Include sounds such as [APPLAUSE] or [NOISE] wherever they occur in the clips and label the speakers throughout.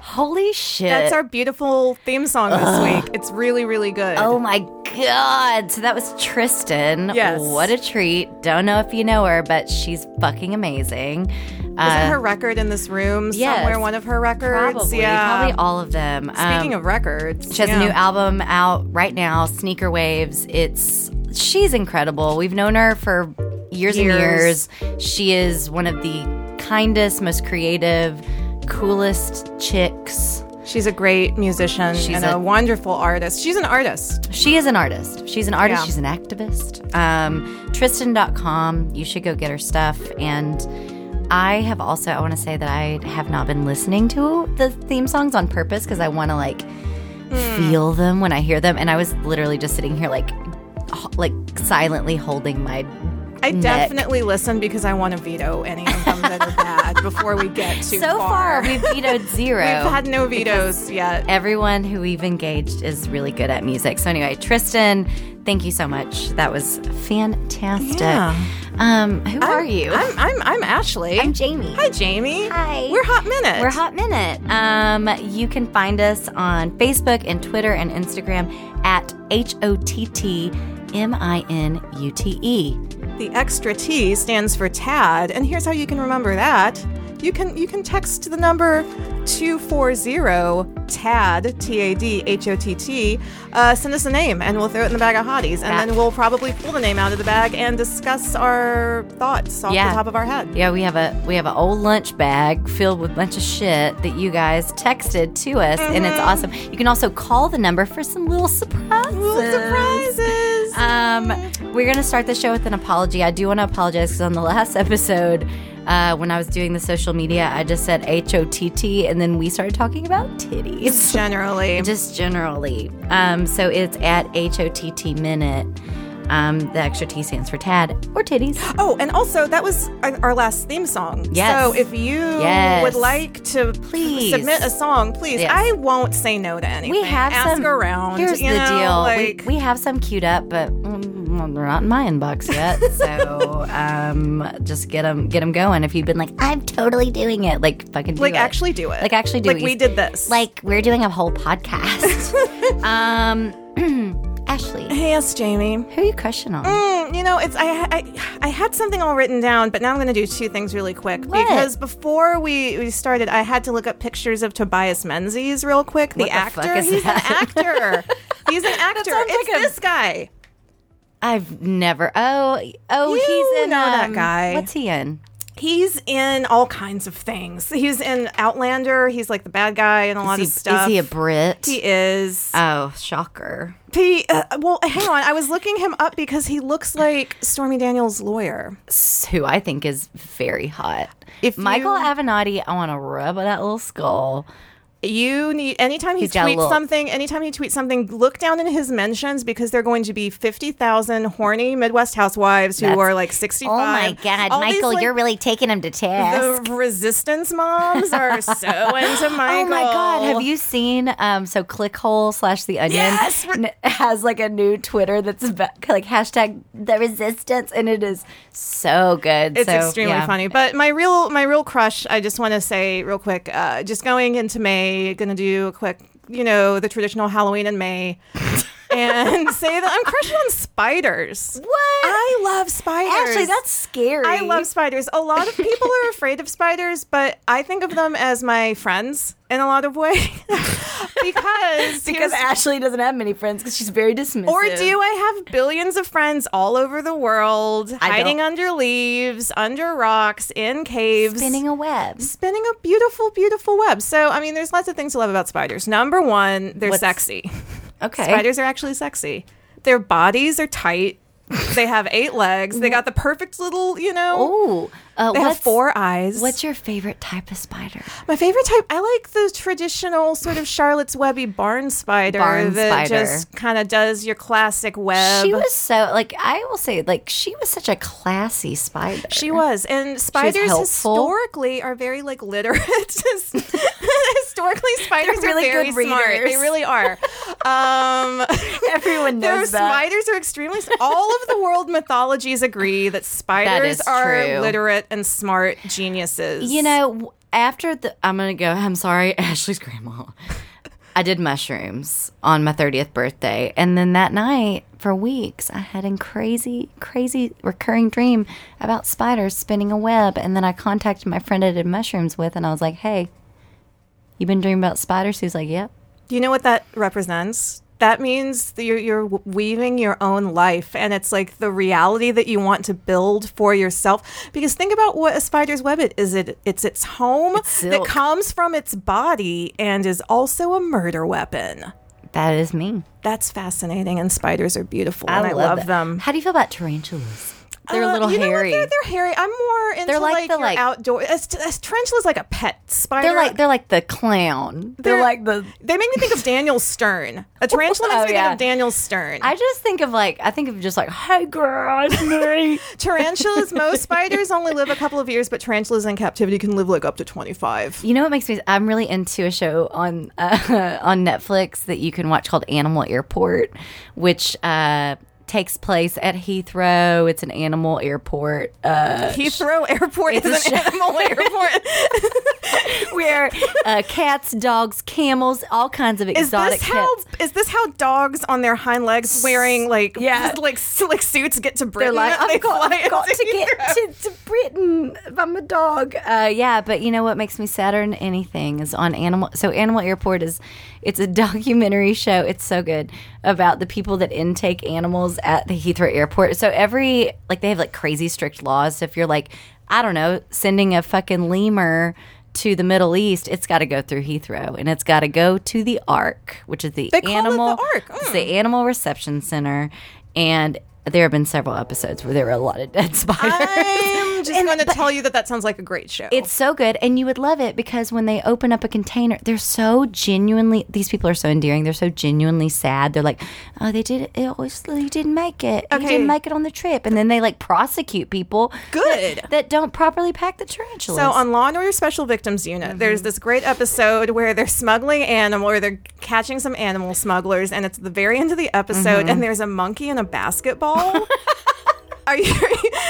Speaker 1: Holy shit.
Speaker 2: That's our beautiful theme song this week. It's really, really good.
Speaker 1: Oh my god. So that was Tristan.
Speaker 2: Yes.
Speaker 1: What a treat. Don't know if you know her, but she's fucking amazing.
Speaker 2: Isn't her record in this room
Speaker 1: yes.
Speaker 2: somewhere? One of her records?
Speaker 1: Probably.
Speaker 2: yeah.
Speaker 1: Probably all of them.
Speaker 2: Speaking
Speaker 1: Um,
Speaker 2: of records,
Speaker 1: She has
Speaker 2: yeah.
Speaker 1: a new album out right now, Sneaker Waves. It's she's incredible. We've known her for years,
Speaker 2: Years.
Speaker 1: and years. She is one of the kindest, most creative, coolest chicks.
Speaker 2: She's a great musician
Speaker 1: She's
Speaker 2: and a,
Speaker 1: a-
Speaker 2: wonderful artist. She's an artist.
Speaker 1: She is an artist. She's an artist,
Speaker 2: Yeah.
Speaker 1: she's an activist. Um Tristan.com, you should go get her stuff and I have also I want to say that I have not been listening to the theme songs on purpose because I want to like
Speaker 2: Hmm.
Speaker 1: feel them when I hear them and I was literally just sitting here like h- like silently holding my
Speaker 2: I
Speaker 1: neck.
Speaker 2: definitely listen because I want to veto any of them that
Speaker 1: [LAUGHS]
Speaker 2: are bad before we get too
Speaker 1: so far
Speaker 2: far.
Speaker 1: we've vetoed 0
Speaker 2: [LAUGHS] We've had no vetoes yet.
Speaker 1: everyone who we've engaged is really good at music. So anyway, Tristan, thank you so much. That was fantastic.
Speaker 2: Yeah.
Speaker 1: Um, who are you?
Speaker 2: I'm, I'm, I'm Ashley.
Speaker 1: I'm Jamie.
Speaker 2: Hi, Jamie.
Speaker 1: Hi.
Speaker 2: We're Hot Minute.
Speaker 1: We're Hot Minute. Um, you can find us on Facebook and Twitter and Instagram at H O T T M I N U T E.
Speaker 2: The extra T stands for TAD, and here's how you can remember that. You can you can text the number 240 TAD T A D H O T T. Uh, send us a name, and we'll throw it in the bag of hotties, and
Speaker 1: Yeah.
Speaker 2: then we'll probably pull the name out of the bag and discuss our thoughts off
Speaker 1: Yeah.
Speaker 2: the top of our head.
Speaker 1: Yeah, we have a we have an old lunch bag filled with a bunch of shit that you guys texted to us, and
Speaker 2: Mm-hmm.
Speaker 1: it's awesome. You can also call the number for some little surprises.
Speaker 2: Little surprises.
Speaker 1: Um, we're going to start the show with an apology. I do want to apologize because on the [LAUGHS] last episode, uh, when I was doing the social media, I just said H O T T, and then we started talking about titties, [LAUGHS]
Speaker 2: Generally,
Speaker 1: just generally. Um, so it's at H O T T minute. Um, the extra T stands for Tad or titties.
Speaker 2: Oh, and also that was our our last theme song.
Speaker 1: Yes.
Speaker 2: So if you
Speaker 1: Yes.
Speaker 2: would like to
Speaker 1: Please.
Speaker 2: submit a song, please.
Speaker 1: Yes.
Speaker 2: I won't say no to anything.
Speaker 1: We have
Speaker 2: ask
Speaker 1: some
Speaker 2: around.
Speaker 1: Here's
Speaker 2: you
Speaker 1: the
Speaker 2: know,
Speaker 1: deal:
Speaker 2: Like,
Speaker 1: we, we have some queued up, but mm, they're not in my inbox
Speaker 2: [LAUGHS]
Speaker 1: yet. So um, just get them, get them going. If you've been like, I'm totally doing it, like fucking, do
Speaker 2: like
Speaker 1: it.
Speaker 2: actually do it.
Speaker 1: Like, actually do
Speaker 2: like
Speaker 1: it.
Speaker 2: we did this.
Speaker 1: like we're doing a whole
Speaker 2: [LAUGHS]
Speaker 1: podcast. um, [CLEARS THROAT] Ashley,
Speaker 2: hey, yes, Jamie.
Speaker 1: who are you crushing on?
Speaker 2: Mm, you know, it's I, I I had something all written down, but now I'm going to do two things really quick because before we, we started, I had to look up pictures of Tobias Menzies real quick. The,
Speaker 1: What the
Speaker 2: actor,
Speaker 1: fuck is
Speaker 2: he's
Speaker 1: that?
Speaker 2: an
Speaker 1: [LAUGHS]
Speaker 2: actor. He's an actor.
Speaker 1: sounds
Speaker 2: It's
Speaker 1: like a-
Speaker 2: this guy.
Speaker 1: I've never. Oh, oh,
Speaker 2: You
Speaker 1: he's in
Speaker 2: know that
Speaker 1: um,
Speaker 2: guy.
Speaker 1: What's he in?
Speaker 2: He's in all kinds of things. He's in Outlander. He's like the bad guy in a lot
Speaker 1: Is he,
Speaker 2: of stuff.
Speaker 1: is he a Brit?
Speaker 2: He is.
Speaker 1: oh, shocker.
Speaker 2: He, uh, well, hang on. I was looking him up because he looks like Stormy Daniels' lawyer.
Speaker 1: who I think is very hot.
Speaker 2: If
Speaker 1: Michael
Speaker 2: you-
Speaker 1: Avenatti, I want to rub that little skull.
Speaker 2: You need anytime he
Speaker 1: He's got a
Speaker 2: tweets
Speaker 1: little-
Speaker 2: something. Anytime he tweets something, look down in his mentions because they're going to be fifty thousand horny Midwest housewives who
Speaker 1: That's-
Speaker 2: are like
Speaker 1: Oh
Speaker 2: sixty-five. All these, like,
Speaker 1: really taking him to task.
Speaker 2: the resistance moms
Speaker 1: [LAUGHS]
Speaker 2: are so into Michael.
Speaker 1: Oh my God! Have you seen? Um, so clickhole slash the onion
Speaker 2: Yes!
Speaker 1: [LAUGHS] n- has like a new Twitter that's about, like hashtag the resistance, and it is so good.
Speaker 2: It's
Speaker 1: So,
Speaker 2: extremely
Speaker 1: yeah.
Speaker 2: funny. But my real my real crush, I just want to say real quick, uh, just going into May, gonna do a quick, you know, the traditional Halloween
Speaker 1: [LAUGHS]
Speaker 2: in May, and say that I'm crushing on spiders.
Speaker 1: What?
Speaker 2: I love spiders.
Speaker 1: Actually, that's scary.
Speaker 2: I love spiders. A lot of people
Speaker 1: [LAUGHS]
Speaker 2: are afraid of spiders, but I think of them as my friends in a lot of ways [LAUGHS]
Speaker 1: [LAUGHS] because
Speaker 2: because here's-
Speaker 1: Ashley doesn't have many friends because she's very dismissive.
Speaker 2: or do I have billions of friends all over the world,
Speaker 1: I
Speaker 2: hiding
Speaker 1: don't-
Speaker 2: under leaves, under rocks, in caves,
Speaker 1: spinning a web.
Speaker 2: spinning a beautiful, beautiful web. So, I mean, there's lots of things to love about spiders. Number one, they're
Speaker 1: What's-
Speaker 2: sexy.
Speaker 1: Okay.
Speaker 2: Spiders are actually sexy. Their bodies are tight. They have eight legs. They got the perfect little, you know.
Speaker 1: Oh, uh,
Speaker 2: They have
Speaker 1: what's-
Speaker 2: four eyes.
Speaker 1: What's your favorite type of spider?
Speaker 2: My favorite type, I like the traditional sort of Charlotte's Webby barn spider
Speaker 1: Barn
Speaker 2: that
Speaker 1: spider.
Speaker 2: just kind of does your classic web.
Speaker 1: She was so like I will say like she was such a classy spider.
Speaker 2: She was. And spiders
Speaker 1: helpful.
Speaker 2: historically are very like literate. [LAUGHS] historically, spiders
Speaker 1: They're really
Speaker 2: are very
Speaker 1: good
Speaker 2: smart. They
Speaker 1: readers.
Speaker 2: really are. um,
Speaker 1: Everyone
Speaker 2: their
Speaker 1: knows that.
Speaker 2: spiders are extremely. s- All of the world mythologies agree that spiders
Speaker 1: is
Speaker 2: are
Speaker 1: true.
Speaker 2: literate and smart geniuses.
Speaker 1: you know, w- after the, I'm gonna go. I'm sorry, [LAUGHS] Ashley's grandma. I did mushrooms on my 30th birthday, and then that night for weeks, I had a crazy, crazy recurring dream about spiders spinning a web. And then I contacted my friend I did mushrooms with, and I was like, "Hey, you been dreaming about spiders?" He's like, "Yep."
Speaker 2: Do you know what that represents? That means that you're, you're weaving your own life, and it's like the reality that you want to build for yourself. Because think about what a spider's web it is. It it's its home that
Speaker 1: silk.
Speaker 2: comes from its body and is also a murder weapon.
Speaker 1: That is me.
Speaker 2: That's fascinating, and spiders are beautiful, and I love
Speaker 1: that.
Speaker 2: them.
Speaker 1: How do you feel about tarantulas? They're
Speaker 2: Uh,
Speaker 1: a little
Speaker 2: you know what?
Speaker 1: hairy.
Speaker 2: They're, they're hairy. I'm more into
Speaker 1: They're
Speaker 2: like,
Speaker 1: like the,
Speaker 2: your
Speaker 1: like-
Speaker 2: outdoor. A, st- a tarantula's like a pet spider.
Speaker 1: They're like they're like the clown. They're,
Speaker 2: They're-
Speaker 1: like the.
Speaker 2: They make me think of Daniel Stern. A tarantula makes
Speaker 1: [LAUGHS] Oh,
Speaker 2: me think
Speaker 1: yeah.
Speaker 2: of Daniel Stern.
Speaker 1: I just think of like I think of just like hey girl, it's me. [LAUGHS]
Speaker 2: tarantulas, most spiders only live a couple of years, but tarantulas in captivity can live like up to 25.
Speaker 1: you know what makes me? I'm really into a show on uh, [LAUGHS] on Netflix that you can watch called Animal Airport, which. uh Takes place at Heathrow. It's an animal airport uh,
Speaker 2: Heathrow Airport
Speaker 1: It's
Speaker 2: is
Speaker 1: a [LAUGHS]
Speaker 2: an animal airport.
Speaker 1: where uh, cats, dogs, camels, all kinds of
Speaker 2: Is
Speaker 1: exotic
Speaker 2: this how
Speaker 1: pets.
Speaker 2: is this how dogs on their hind legs wearing like
Speaker 1: Yeah.
Speaker 2: [LAUGHS] like s- like suits get to
Speaker 1: They're
Speaker 2: Britain?
Speaker 1: like,
Speaker 2: They
Speaker 1: I've got,
Speaker 2: fly
Speaker 1: I've got
Speaker 2: into
Speaker 1: to
Speaker 2: Heathrow.
Speaker 1: get to, to Britain. If I'm a dog. Uh, yeah, but you know what makes me sadder than anything is on Animal. So Animal Airport is, it's a [LAUGHS] documentary show. It's so good about the people that intake animals at the Heathrow Airport. So every like they have like crazy strict laws. So if you're like, I don't know, sending a fucking lemur. To the Middle East, it's got to go through Heathrow, and it's got to go to the ARC, which is the
Speaker 2: They call it the
Speaker 1: animal
Speaker 2: Ark. Oh.
Speaker 1: it's the Animal Reception Center, and there have been several episodes where there were a lot of dead [LAUGHS] spiders.
Speaker 2: Ah. I'm [LAUGHS] just going to tell you that that sounds like a great show.
Speaker 1: it's so good, and you would love it because when they open up a container, they're so genuinely. These people are so endearing. They're so genuinely sad. They're like, "Oh, they did. It obviously he didn't make it. He
Speaker 2: Okay.
Speaker 1: didn't make it on the trip." And then they like prosecute people
Speaker 2: Good.
Speaker 1: that, that don't properly pack the tarantulas.
Speaker 2: So um, on Law and Order Special Victims Unit,
Speaker 1: Mm-hmm.
Speaker 2: there's this great episode where they're smuggling animal or they're catching some animal smugglers, and it's at the very end of the episode,
Speaker 1: Mm-hmm.
Speaker 2: and there's a monkey and a basketball.
Speaker 1: [LAUGHS]
Speaker 2: Are you?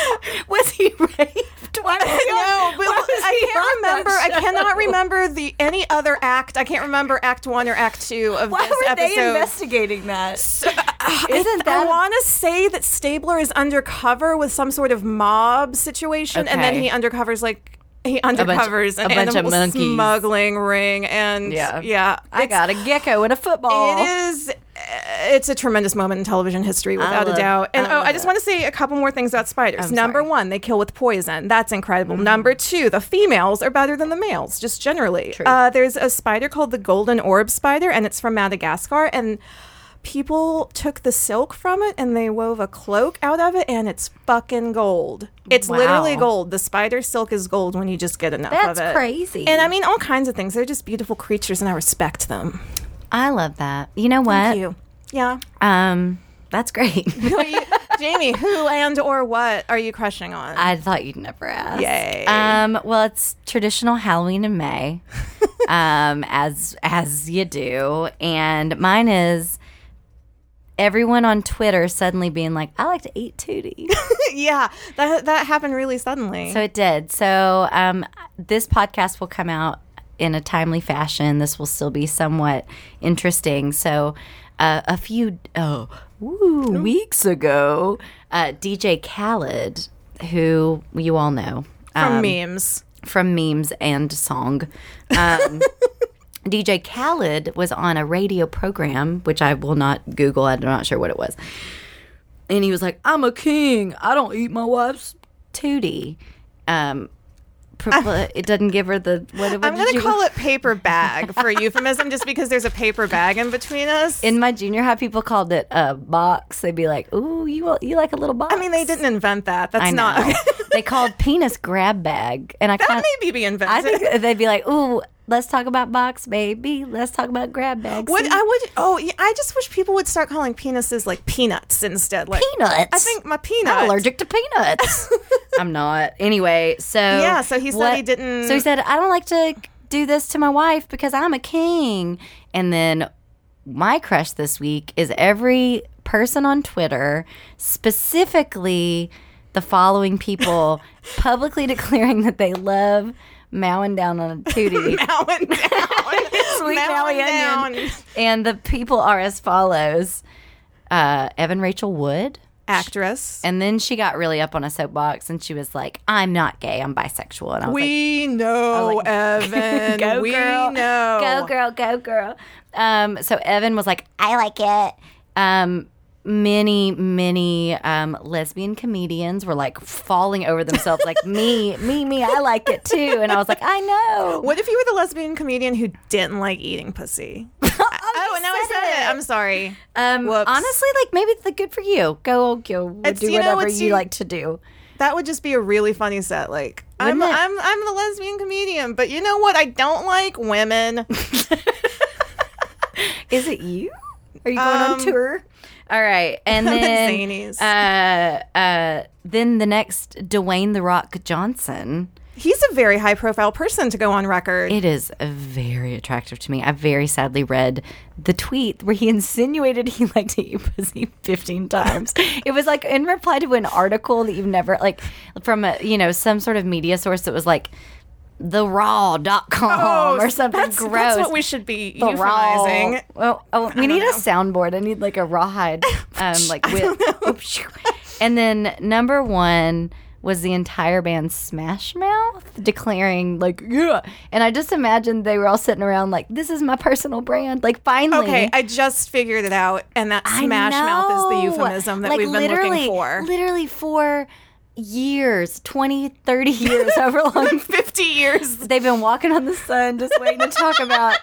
Speaker 2: [LAUGHS]
Speaker 1: was he [LAUGHS] raped? Why was he
Speaker 2: no,
Speaker 1: on-
Speaker 2: but
Speaker 1: why was he
Speaker 2: I can't
Speaker 1: on that
Speaker 2: remember. I
Speaker 1: show?
Speaker 2: cannot remember the any other act. I can't remember Act One or Act Two of
Speaker 1: Why
Speaker 2: this
Speaker 1: were
Speaker 2: episode.
Speaker 1: they investigating
Speaker 2: [LAUGHS]
Speaker 1: that? Isn't
Speaker 2: I
Speaker 1: that
Speaker 2: want to say that Stabler is undercover with some sort of mob situation, and then
Speaker 1: Okay.
Speaker 2: he undercovers like he
Speaker 1: bunch-
Speaker 2: undercovers
Speaker 1: a bunch of
Speaker 2: an animal
Speaker 1: monkeys.
Speaker 2: smuggling ring, and
Speaker 1: Yeah.
Speaker 2: yeah, yeah,
Speaker 1: I
Speaker 2: it's-
Speaker 1: got a gecko and a football.
Speaker 2: It is. uh, It's a tremendous moment in television history, without a
Speaker 1: love-
Speaker 2: doubt. And
Speaker 1: I
Speaker 2: oh,
Speaker 1: love
Speaker 2: I just
Speaker 1: it.
Speaker 2: want to say a couple more things about spiders. Number
Speaker 1: sorry. Mm-hmm.
Speaker 2: one, they kill with poison. That's incredible. Number two, the females are better than the males, just generally. Uh, there's a spider called the golden orb spider, and it's from Madagascar. And people took the silk from it and they wove a cloak out of it, and it's fucking gold. It's literally
Speaker 1: Wow.
Speaker 2: gold. The spider silk is gold when you just get enough of it.
Speaker 1: That's crazy.
Speaker 2: And I mean, all kinds of things. They're just beautiful creatures, and I respect them.
Speaker 1: I love that. You know what?
Speaker 2: Thank you. Yeah.
Speaker 1: Um, that's great. [LAUGHS]
Speaker 2: Who Uh, [LAUGHS] are you- Jamie, who and or what are you crushing on?
Speaker 1: I thought you'd never ask.
Speaker 2: Yay.
Speaker 1: Um, well, it's traditional Halloween in [LAUGHS] May, um, as as you do, and mine is everyone on Twitter suddenly being like, "I like to eat tootie."
Speaker 2: yeah, that that happened really suddenly.
Speaker 1: So it did. So um, this podcast will come out in a timely fashion. This will still be somewhat interesting. So uh, a few oh, woo, weeks ago, uh, DJ Khaled, who you all know
Speaker 2: From
Speaker 1: um,
Speaker 2: memes.
Speaker 1: from memes and song. Um, DJ Khaled was on a radio program, which I will not Google. I'm not sure what it was. And he was like, I'm a king. I don't eat my wife's tootie. Um, propl- it doesn't give her the. What, what
Speaker 2: I'm
Speaker 1: did
Speaker 2: going to
Speaker 1: you
Speaker 2: call it paper
Speaker 1: [LAUGHS]
Speaker 2: bag for euphemism just because there's a paper bag in between us.
Speaker 1: In my junior high, people called it a box. They'd be like, "Ooh, you you like a little box."
Speaker 2: I mean, they didn't invent [LAUGHS] that. That's
Speaker 1: I
Speaker 2: not.
Speaker 1: know. they called penis grab bag, and I
Speaker 2: That
Speaker 1: kind
Speaker 2: may be
Speaker 1: I
Speaker 2: invented.
Speaker 1: think they'd be like, "Ooh, let's talk about box, baby. Let's talk about grab bags."
Speaker 2: would I would oh yeah, I just wish people would start calling penises like peanuts instead like
Speaker 1: peanuts.
Speaker 2: I think my peanut
Speaker 1: I'm allergic to peanuts. [LAUGHS] I'm not. Anyway, so
Speaker 2: Yeah, so he said he didn't-
Speaker 1: So he said, "I don't like to do this to my wife because I'm a king." And then my crush this week is every person on Twitter,
Speaker 2: [LAUGHS]
Speaker 1: specifically the following people, publicly declaring that they love mowing down on a tootie.
Speaker 2: Mowing down.
Speaker 1: [LAUGHS] Sweet
Speaker 2: [LAUGHS] Mowing
Speaker 1: Maui Onion. And the people are as follows uh, Evan Rachel Wood.
Speaker 2: Actress.
Speaker 1: And then she got really up on a soapbox and she was like, I'm not gay, I'm bisexual. And I was like, oh,
Speaker 2: we know,
Speaker 1: like, [LAUGHS]
Speaker 2: Evan.
Speaker 1: Go
Speaker 2: we
Speaker 1: girl.
Speaker 2: know.
Speaker 1: Go girl, go girl. Um, so Evan was like, I like it. Um, many, many um, lesbian comedians were like falling over themselves,
Speaker 2: [LAUGHS]
Speaker 1: like me, me, me. I like it too. And I was like, I know.
Speaker 2: What if you were the lesbian comedian who didn't like
Speaker 1: [LAUGHS]
Speaker 2: eating pussy? [LAUGHS] oh,
Speaker 1: you
Speaker 2: now I
Speaker 1: said
Speaker 2: said it.
Speaker 1: it.
Speaker 2: I'm sorry.
Speaker 1: Um,
Speaker 2: Whoops.
Speaker 1: honestly, like maybe it's the good for you. Go, go,
Speaker 2: It's-
Speaker 1: do
Speaker 2: you know,
Speaker 1: whatever
Speaker 2: it's-
Speaker 1: you
Speaker 2: you-
Speaker 1: like to do.
Speaker 2: That would just be a really funny set. Like, I'm,
Speaker 1: Wouldn't it?
Speaker 2: I'm, I'm the lesbian comedian, but you know what? I don't like
Speaker 1: [LAUGHS]
Speaker 2: women.
Speaker 1: Is it you? Are you going on
Speaker 2: Um,
Speaker 1: tour? All right, and [LAUGHS] then
Speaker 2: Zanies.
Speaker 1: uh, uh, then the next Dwayne the Rock Johnson.
Speaker 2: He's a very high profile person to go on record.
Speaker 1: It is very attractive to me. I very sadly read the tweet where he [LAUGHS] insinuated he liked to eat pussy [LAUGHS] 15 times. it was like in reply to an article that you've never, like, from, a, you know, some sort of media source that was like, the raw.com or something
Speaker 2: Oh, that's,
Speaker 1: gross.
Speaker 2: That's what we should be
Speaker 1: The raw.
Speaker 2: euphemizing.
Speaker 1: Well, oh, we need a soundboard. I need like a
Speaker 2: [LAUGHS]
Speaker 1: rawhide, um, like whip. [LAUGHS] Oops. and then number one was the entire band Smash Mouth declaring like yeah. And I just imagined they were all sitting around like this is my personal brand. Like finally.
Speaker 2: Okay, I just figured it out, and that
Speaker 1: I
Speaker 2: smash mouth is the
Speaker 1: know.
Speaker 2: euphemism that
Speaker 1: Like,
Speaker 2: we've been
Speaker 1: literally-
Speaker 2: looking for. [LAUGHS]
Speaker 1: Literally for years, 20, 30 years, [LAUGHS] however long
Speaker 2: 50 years.
Speaker 1: they've been walking on the sun just waiting to talk
Speaker 2: [LAUGHS]
Speaker 1: about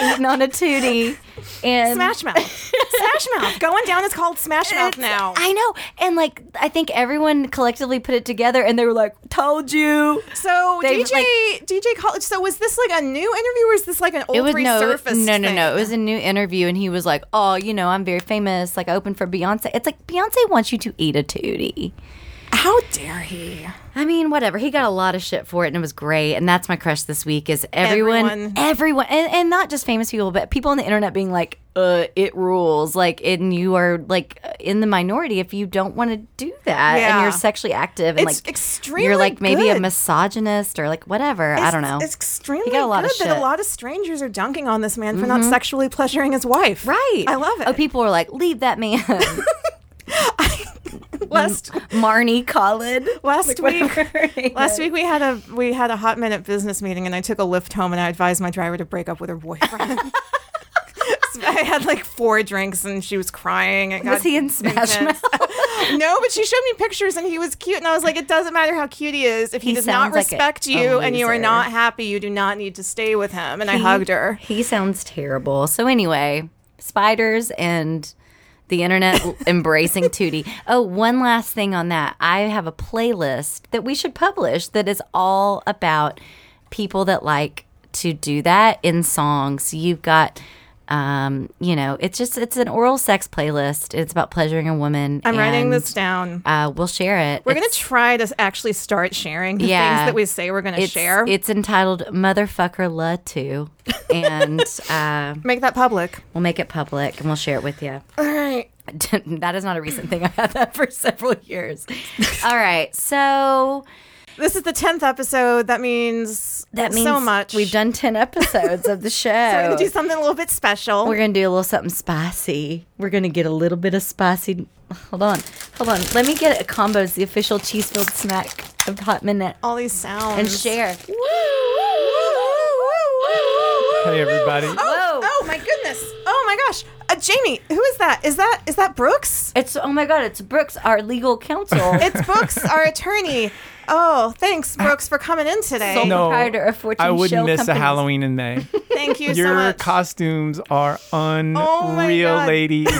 Speaker 1: eating on a tootie. And
Speaker 2: Smash mouth. smash [LAUGHS] mouth. Going down is called smash mouth now.
Speaker 1: I know. And like, I think everyone collectively put it together and they were like, told you.
Speaker 2: So
Speaker 1: They've,
Speaker 2: DJ DJ College. So was this like a new interview, or is this like an old
Speaker 1: It was no,
Speaker 2: resurfaced?
Speaker 1: no, no,
Speaker 2: thing?
Speaker 1: no. It was a new interview, and he was like, "Oh, you know, I'm very famous. Like, I opened for Beyonce. It's like Beyonce wants you to eat a tootie.
Speaker 2: How dare he?
Speaker 1: I mean, whatever. He got a lot of shit for it, and it was great. And that's my crush this week is everyone, everyone,
Speaker 2: Everyone.
Speaker 1: and, and not just famous people, but people on the internet being like, "Uh, it rules." Like, and you are like uh, in the minority if you don't want to do that, and
Speaker 2: Yeah.
Speaker 1: you're sexually active, and
Speaker 2: It's
Speaker 1: like
Speaker 2: extremely
Speaker 1: You're like maybe a
Speaker 2: good.
Speaker 1: misogynist or like whatever. I don't know.
Speaker 2: It's extremely
Speaker 1: He got a lot
Speaker 2: good
Speaker 1: of
Speaker 2: that
Speaker 1: shit. Mm-hmm.
Speaker 2: a lot of strangers are dunking on this man for not sexually pleasuring his wife.
Speaker 1: right.
Speaker 2: I love it.
Speaker 1: Oh, people are like, leave that man,
Speaker 2: [LAUGHS] last
Speaker 1: Marnie Collin.
Speaker 2: last [LAUGHS] week.
Speaker 1: week,
Speaker 2: Last week we had a we had a hot minute business meeting, and I took a lift home, and I advised my driver to break up with
Speaker 1: [LAUGHS]
Speaker 2: her boyfriend. [LAUGHS] So I had like four drinks, and she was crying.
Speaker 1: was
Speaker 2: It got
Speaker 1: he in Smash
Speaker 2: intense.
Speaker 1: Mouth?
Speaker 2: no, but she showed me pictures, and he was cute, and I was like, it doesn't matter how cute he is if he,
Speaker 1: He
Speaker 2: does not
Speaker 1: sounds like a-
Speaker 2: respect
Speaker 1: a
Speaker 2: you, and you are
Speaker 1: loser.
Speaker 2: not happy, you do not need to stay with him. And I hugged her.
Speaker 1: He sounds terrible. So anyway, spiders and the internet
Speaker 2: [LAUGHS]
Speaker 1: l- embracing 2D. Oh, one last thing on that. I have a playlist that we should publish that is all about people that like to do that in songs. You've got um, you know, it's just it's an oral sex playlist. It's about pleasuring a woman.
Speaker 2: I'm writing
Speaker 1: and,
Speaker 2: this down.
Speaker 1: Uh, we'll share it.
Speaker 2: We're gonna try to actually start sharing the
Speaker 1: Yeah.
Speaker 2: things that we say we're gonna
Speaker 1: it's,
Speaker 2: share.
Speaker 1: It's entitled "Motherfucker La Too,"
Speaker 2: [LAUGHS]
Speaker 1: and uh,
Speaker 2: Make that public.
Speaker 1: we'll make it public and we'll share it with you.
Speaker 2: All right.
Speaker 1: [LAUGHS] that is not a recent thing. [LAUGHS] I've had that for several
Speaker 3: [LAUGHS]
Speaker 1: years. All right, so
Speaker 2: This is the tenth episode. That means
Speaker 1: that means
Speaker 2: so much.
Speaker 1: We've done ten episodes
Speaker 3: [LAUGHS]
Speaker 1: of the
Speaker 2: We're
Speaker 1: show.
Speaker 2: gonna do something a little bit special.
Speaker 1: We're gonna do a little something spicy. We're gonna get a little bit of spicy. Hold on, hold on. Let me get a combos, the official cheese filled snack of Hot Minute,
Speaker 2: All these sounds.
Speaker 1: and
Speaker 2: [GASPS]
Speaker 1: [LAUGHS] share.
Speaker 3: Hey, everybody.
Speaker 2: Oh,
Speaker 1: Whoa.
Speaker 2: oh my goodness. Oh my gosh. Uh, Jamie, who is that? Is that is that Brooks?
Speaker 1: It's oh my god! It's Brooks, our legal
Speaker 3: [LAUGHS]
Speaker 1: counsel.
Speaker 2: It's Brooks, our attorney. Oh, thanks, Brooks, for coming in today.
Speaker 1: So-
Speaker 3: No,
Speaker 1: proprietor of Fortune
Speaker 3: [LAUGHS] I wouldn't
Speaker 1: Shell
Speaker 3: miss
Speaker 1: Companies.
Speaker 3: a Halloween
Speaker 1: [LAUGHS]
Speaker 3: in May.
Speaker 2: Thank you so
Speaker 3: Your
Speaker 2: much.
Speaker 3: costumes are unreal,
Speaker 1: Oh
Speaker 2: my God.
Speaker 3: ladies.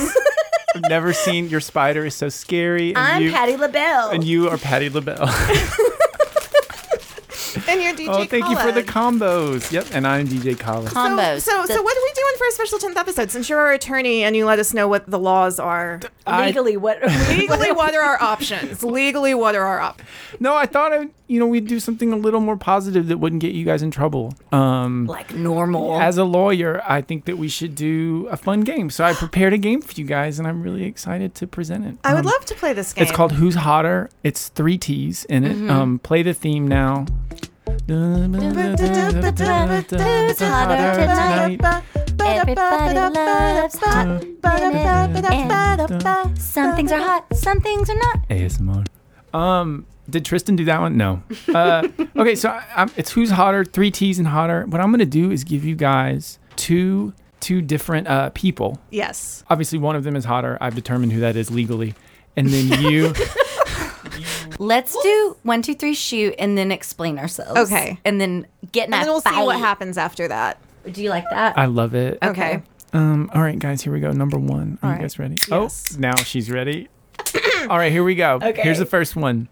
Speaker 1: [LAUGHS]
Speaker 3: I've never seen your spider is so scary. And
Speaker 1: I'm
Speaker 3: you,
Speaker 1: Patty LaBelle.
Speaker 3: And you are Patty
Speaker 1: [LAUGHS]
Speaker 3: LaBelle.
Speaker 2: and your DJ.
Speaker 3: oh, thank you for the
Speaker 2: Khaled.
Speaker 3: combos. Yep, and I'm DJ Collins.
Speaker 1: combos.
Speaker 2: So, so,
Speaker 1: The-
Speaker 2: so what are we doing for our special 10th episode? Since you're our attorney and you let us know what the laws are.
Speaker 3: [LAUGHS] I-
Speaker 1: legally what?
Speaker 2: Legally, what are our options? [LAUGHS] Legally, what are our options?
Speaker 3: no, I thought I, you know we'd do something a little more positive that wouldn't get you guys in trouble. Um,
Speaker 1: like normal.
Speaker 3: as a lawyer, I think that we should do a fun game. So I prepared a game for you guys, and I'm really excited to present it.
Speaker 2: I would
Speaker 3: Um,
Speaker 2: love to play this game.
Speaker 1: Mm-hmm.
Speaker 3: It's called Who's Hotter. It's three T's in it. Um, play the theme now.
Speaker 1: It's hotter tonight. Everybody loves hot
Speaker 3: women.
Speaker 1: Some things are hot, some things are not.
Speaker 3: ASMR. Um, did Tristan do that one? No. Uh, [LAUGHS] okay, so I, I'm, it's who's hotter, three T's and hotter. What I'm gonna do is give you guys two two different uh, people.
Speaker 2: Yes.
Speaker 3: Obviously, one of them is hotter. I've determined who that is legally, and then you.
Speaker 1: [LAUGHS] Let's do one, two, three, shoot, and then explain ourselves.
Speaker 2: Okay.
Speaker 1: And then get in
Speaker 2: And
Speaker 1: a
Speaker 2: then we'll see what
Speaker 1: fight.
Speaker 2: Uh, happens after that.
Speaker 1: Do you like that?
Speaker 3: I love it.
Speaker 2: Okay.
Speaker 3: Um, all right, guys, here we go. Number one. Are
Speaker 2: All
Speaker 3: you
Speaker 2: right.
Speaker 3: guys ready?
Speaker 2: Yes.
Speaker 3: Oh, now she's ready. [COUGHS] all right, here we go. Okay. Here's the first one.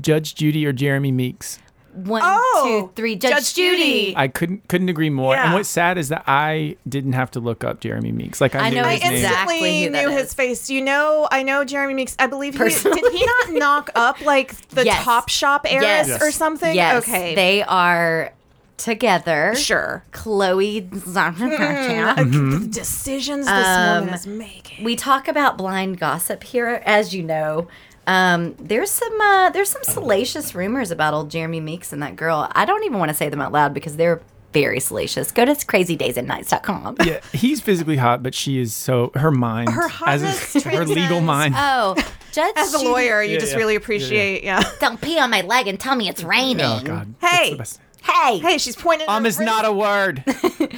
Speaker 3: Judge Judy or Jeremy Meeks.
Speaker 1: One,
Speaker 2: Oh,
Speaker 1: two, three. Judge,
Speaker 2: Judge
Speaker 1: Judy.
Speaker 2: Judy.
Speaker 3: I couldn't couldn't agree more. And
Speaker 2: Yeah.
Speaker 3: what's sad is that I didn't have to look up Jeremy Meeks. Like I,
Speaker 1: I
Speaker 3: knew
Speaker 1: know
Speaker 2: I
Speaker 3: his name.
Speaker 1: exactly
Speaker 2: instantly
Speaker 1: who that
Speaker 2: knew
Speaker 1: is.
Speaker 2: his face. You know, I know Jeremy Meeks. I believe he
Speaker 1: Personally.
Speaker 2: did he not knock up like the
Speaker 1: Yes.
Speaker 2: Top Shop heiress
Speaker 1: Yes.
Speaker 2: or something?
Speaker 1: Yes.
Speaker 2: Okay.
Speaker 1: They are together.
Speaker 2: sure. Mm-hmm.
Speaker 1: Chloe. [LAUGHS]
Speaker 3: Mm-hmm.
Speaker 2: The decisions this woman is making.
Speaker 1: we talk about blind gossip here, as you know. Um, there's some uh, there's some salacious rumors about old Jeremy Meeks and that girl. I don't even want to say them out loud because they're very salacious. Go to crazydaysandnights.com.
Speaker 3: Yeah, he's physically hot, but she is so her mind,
Speaker 2: Her
Speaker 3: as
Speaker 2: hotness
Speaker 3: is [LAUGHS] her legal
Speaker 2: transcends-
Speaker 3: mind.
Speaker 1: [LAUGHS] Oh, Judge
Speaker 2: As a
Speaker 1: Judy-
Speaker 2: lawyer, you
Speaker 3: Yeah,
Speaker 2: just
Speaker 3: yeah.
Speaker 2: really
Speaker 3: Yeah, yeah.
Speaker 2: appreciate, yeah. [LAUGHS]
Speaker 1: don't pee on my leg and tell me it's raining.
Speaker 3: oh God,
Speaker 2: Hey.
Speaker 3: It's the best.
Speaker 1: Hey,
Speaker 2: Hey, she's pointing.
Speaker 3: um is not a word.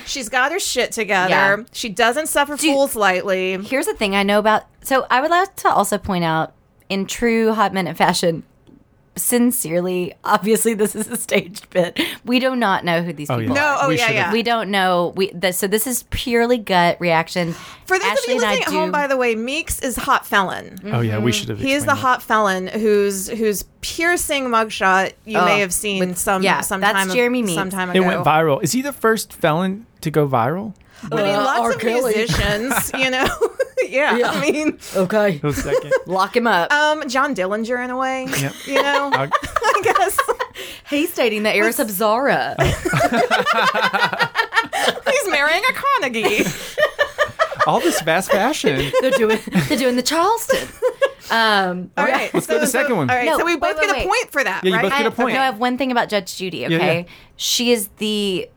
Speaker 2: She's got her shit together.
Speaker 1: Yeah.
Speaker 2: She doesn't suffer fools lightly.
Speaker 1: here's the thing I know about. So I would like to also point out, in true hot minute fashion, sincerely, obviously [LAUGHS] this is a staged bit. We do not know who these
Speaker 3: [LAUGHS] Oh, yeah.
Speaker 1: people
Speaker 2: No,
Speaker 1: are.
Speaker 2: oh,
Speaker 3: We
Speaker 2: yeah,
Speaker 3: should've-
Speaker 2: yeah.
Speaker 1: We don't know. We the, so this is purely gut reaction.
Speaker 2: For those
Speaker 1: Ashley
Speaker 2: of you
Speaker 1: and I
Speaker 2: listening at home,
Speaker 1: do-
Speaker 2: by the way, Meeks is hot felon.
Speaker 3: Oh yeah, we should have.
Speaker 2: Mm-hmm. He is
Speaker 3: explained
Speaker 2: the
Speaker 3: that.
Speaker 2: hot felon who's whose piercing mugshot you may have seen some
Speaker 1: yeah,
Speaker 2: some
Speaker 1: that's
Speaker 2: time
Speaker 1: Jeremy Meeks.
Speaker 2: some time
Speaker 3: It
Speaker 2: ago.
Speaker 3: went viral. Is he the first felon to go [LAUGHS] viral?
Speaker 2: I mean,
Speaker 1: Uh,
Speaker 2: lots
Speaker 1: R.
Speaker 2: of
Speaker 1: Kelly. [LAUGHS]
Speaker 2: musicians, you know. [LAUGHS] yeah, I mean,
Speaker 1: Okay,
Speaker 3: The second.
Speaker 1: lock him up.
Speaker 2: um, John Dillinger in a way.
Speaker 3: [LAUGHS] Yep.
Speaker 2: You
Speaker 3: [LAUGHS]
Speaker 2: know,
Speaker 3: Uh,
Speaker 2: I guess
Speaker 1: He's dating the heiress of
Speaker 3: [LAUGHS]
Speaker 1: Zara.
Speaker 2: he's marrying
Speaker 1: [LAUGHS]
Speaker 2: a Carnegie.
Speaker 3: all this fast fashion.
Speaker 1: they're doing they're doing the [LAUGHS] Charleston. Um,
Speaker 2: All right,
Speaker 3: Let's go to the second one.
Speaker 2: All right,
Speaker 1: No,
Speaker 2: so we
Speaker 1: wait,
Speaker 2: both
Speaker 1: wait,
Speaker 2: get a
Speaker 1: wait.
Speaker 2: point for that,
Speaker 3: Yeah, you
Speaker 2: right?
Speaker 3: both get a
Speaker 1: I,
Speaker 3: point.
Speaker 1: No, I have one thing about Judge Judy. Okay,
Speaker 3: yeah.
Speaker 1: she is the.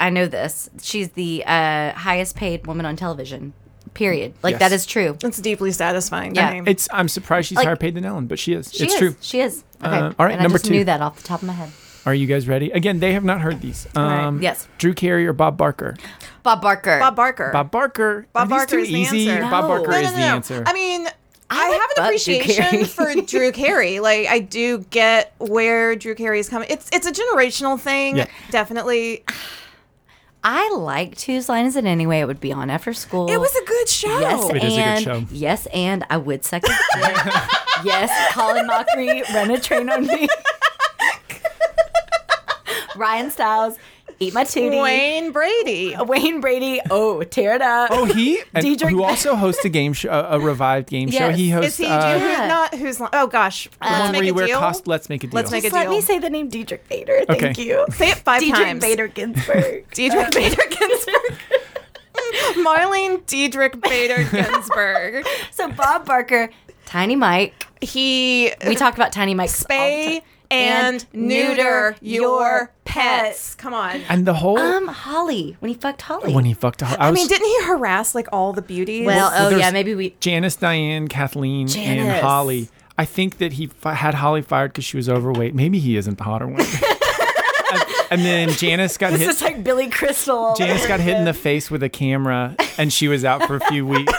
Speaker 1: I know this. She's the uh, highest paid woman on television. Period. Like
Speaker 3: Yes.
Speaker 1: that is true.
Speaker 2: It's deeply satisfying.
Speaker 1: Yeah.
Speaker 2: I mean,
Speaker 3: It's. I'm surprised she's
Speaker 1: Like-
Speaker 3: higher paid than Ellen, but she is.
Speaker 1: She
Speaker 3: it's
Speaker 1: is.
Speaker 3: true.
Speaker 1: She is. Okay.
Speaker 3: Uh, all right,
Speaker 1: And
Speaker 3: number
Speaker 1: I just
Speaker 3: two.
Speaker 1: Knew that off the top of my head.
Speaker 3: Are you guys ready? Again, they have not heard these. Um,
Speaker 1: Yes.
Speaker 3: Drew Carey or Bob Barker?
Speaker 1: Bob Barker.
Speaker 2: Bob Barker.
Speaker 3: Bob Barker.
Speaker 2: Bob
Speaker 3: Are these
Speaker 2: Barker
Speaker 3: too
Speaker 2: is the
Speaker 3: easy?
Speaker 2: answer.
Speaker 3: Bob
Speaker 1: No.
Speaker 3: Barker
Speaker 1: No,
Speaker 3: is the answer.
Speaker 2: I mean, I
Speaker 1: would
Speaker 2: have an
Speaker 1: fuck Drew Carey.
Speaker 2: appreciation for
Speaker 1: [LAUGHS]
Speaker 2: Drew Carey. Like, I do get where Drew Carey is coming. It's it's a generational thing,
Speaker 3: Yeah.
Speaker 2: definitely.
Speaker 1: I liked whose line is it anyway? It would be on after school.
Speaker 2: It was a good show.
Speaker 1: yes,
Speaker 3: It
Speaker 1: and
Speaker 3: is a good show.
Speaker 1: yes, and I would suck. his dick. [LAUGHS] yes, Colin Mockery run a train on me. [LAUGHS] Ryan Styles eat my tootie.
Speaker 2: Wayne Brady.
Speaker 1: [LAUGHS] Wayne Brady. Oh, tear it up.
Speaker 3: oh, he and
Speaker 1: Diedrich-
Speaker 3: who also hosts a game show, a revived game show.
Speaker 1: Yes.
Speaker 3: He hosts
Speaker 2: Is he
Speaker 3: uh,
Speaker 2: do who,
Speaker 1: Yeah.
Speaker 2: not who's li- oh gosh.
Speaker 3: the
Speaker 2: Let's
Speaker 3: one
Speaker 2: make
Speaker 3: where you
Speaker 2: a
Speaker 3: wear
Speaker 2: deal.
Speaker 3: cost. Let's make a deal.
Speaker 2: Let's make a
Speaker 1: Just let
Speaker 2: deal.
Speaker 1: me say the name Diedrich Bader. Thank
Speaker 3: Okay.
Speaker 1: you.
Speaker 2: say it five
Speaker 1: Diedrich
Speaker 2: times.
Speaker 1: Bader Ginsburg. [LAUGHS]
Speaker 2: Diedrich Bader Ginsburg. Marlene Diedrich Bader Ginsburg.
Speaker 1: so Bob Barker, Tiny Mike.
Speaker 2: he
Speaker 1: We talk about Tiny Mike. all the
Speaker 2: spay
Speaker 1: time.
Speaker 2: and, neuter your pets. Come on.
Speaker 3: and the whole
Speaker 1: Um, Holly. When he fucked Holly.
Speaker 3: when he fucked. I,
Speaker 2: I
Speaker 3: was,
Speaker 2: mean, didn't he harass like all the beauties?
Speaker 1: well,
Speaker 3: Well,
Speaker 1: oh
Speaker 3: there's-
Speaker 1: yeah, maybe we.
Speaker 3: Janice, Diane, Kathleen,
Speaker 1: Janice.
Speaker 3: and Holly. I think that he fi- had Holly fired because she was overweight. Maybe he isn't
Speaker 1: [LAUGHS]
Speaker 3: the hotter one. And- and then Janice got
Speaker 1: It's
Speaker 3: hit.
Speaker 1: just like Billy Crystal.
Speaker 3: Janice got hit in the face with a camera, and she was out for a few weeks.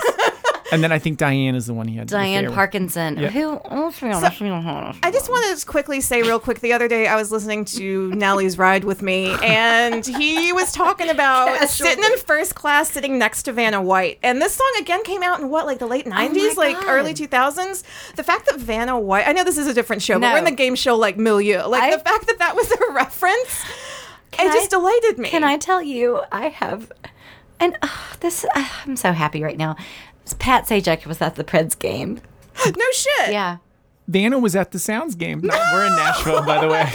Speaker 3: And then I think Diane is the one he had. an affair
Speaker 1: Diane
Speaker 3: with.
Speaker 1: Parkinson. Who? Oh, to be honest, we don't have-
Speaker 2: I just want to quickly say real quick. The other day, I was listening to Nally's Ride with me, and he was talking about
Speaker 1: Casually.
Speaker 2: sitting in first class, sitting next to Vanna White. And this song again came out in what, like the late '90s, like
Speaker 1: Oh God.
Speaker 2: early 2000s. The fact that Vanna White—I know this is a different show, but
Speaker 1: No.
Speaker 2: we're in the game show like milieu. Like
Speaker 1: I-
Speaker 2: the fact that that was a reference,
Speaker 1: Can
Speaker 2: it just
Speaker 1: I-
Speaker 2: delighted me.
Speaker 1: Can I tell you? I have, and uh, this. Uh, I'm so happy right now. Pat Sajak was at the Preds game.
Speaker 2: [GASPS] No shit.
Speaker 1: Yeah.
Speaker 3: Diana was at the Sounds game. No, We're in Nashville, by
Speaker 1: [LAUGHS]
Speaker 3: the way.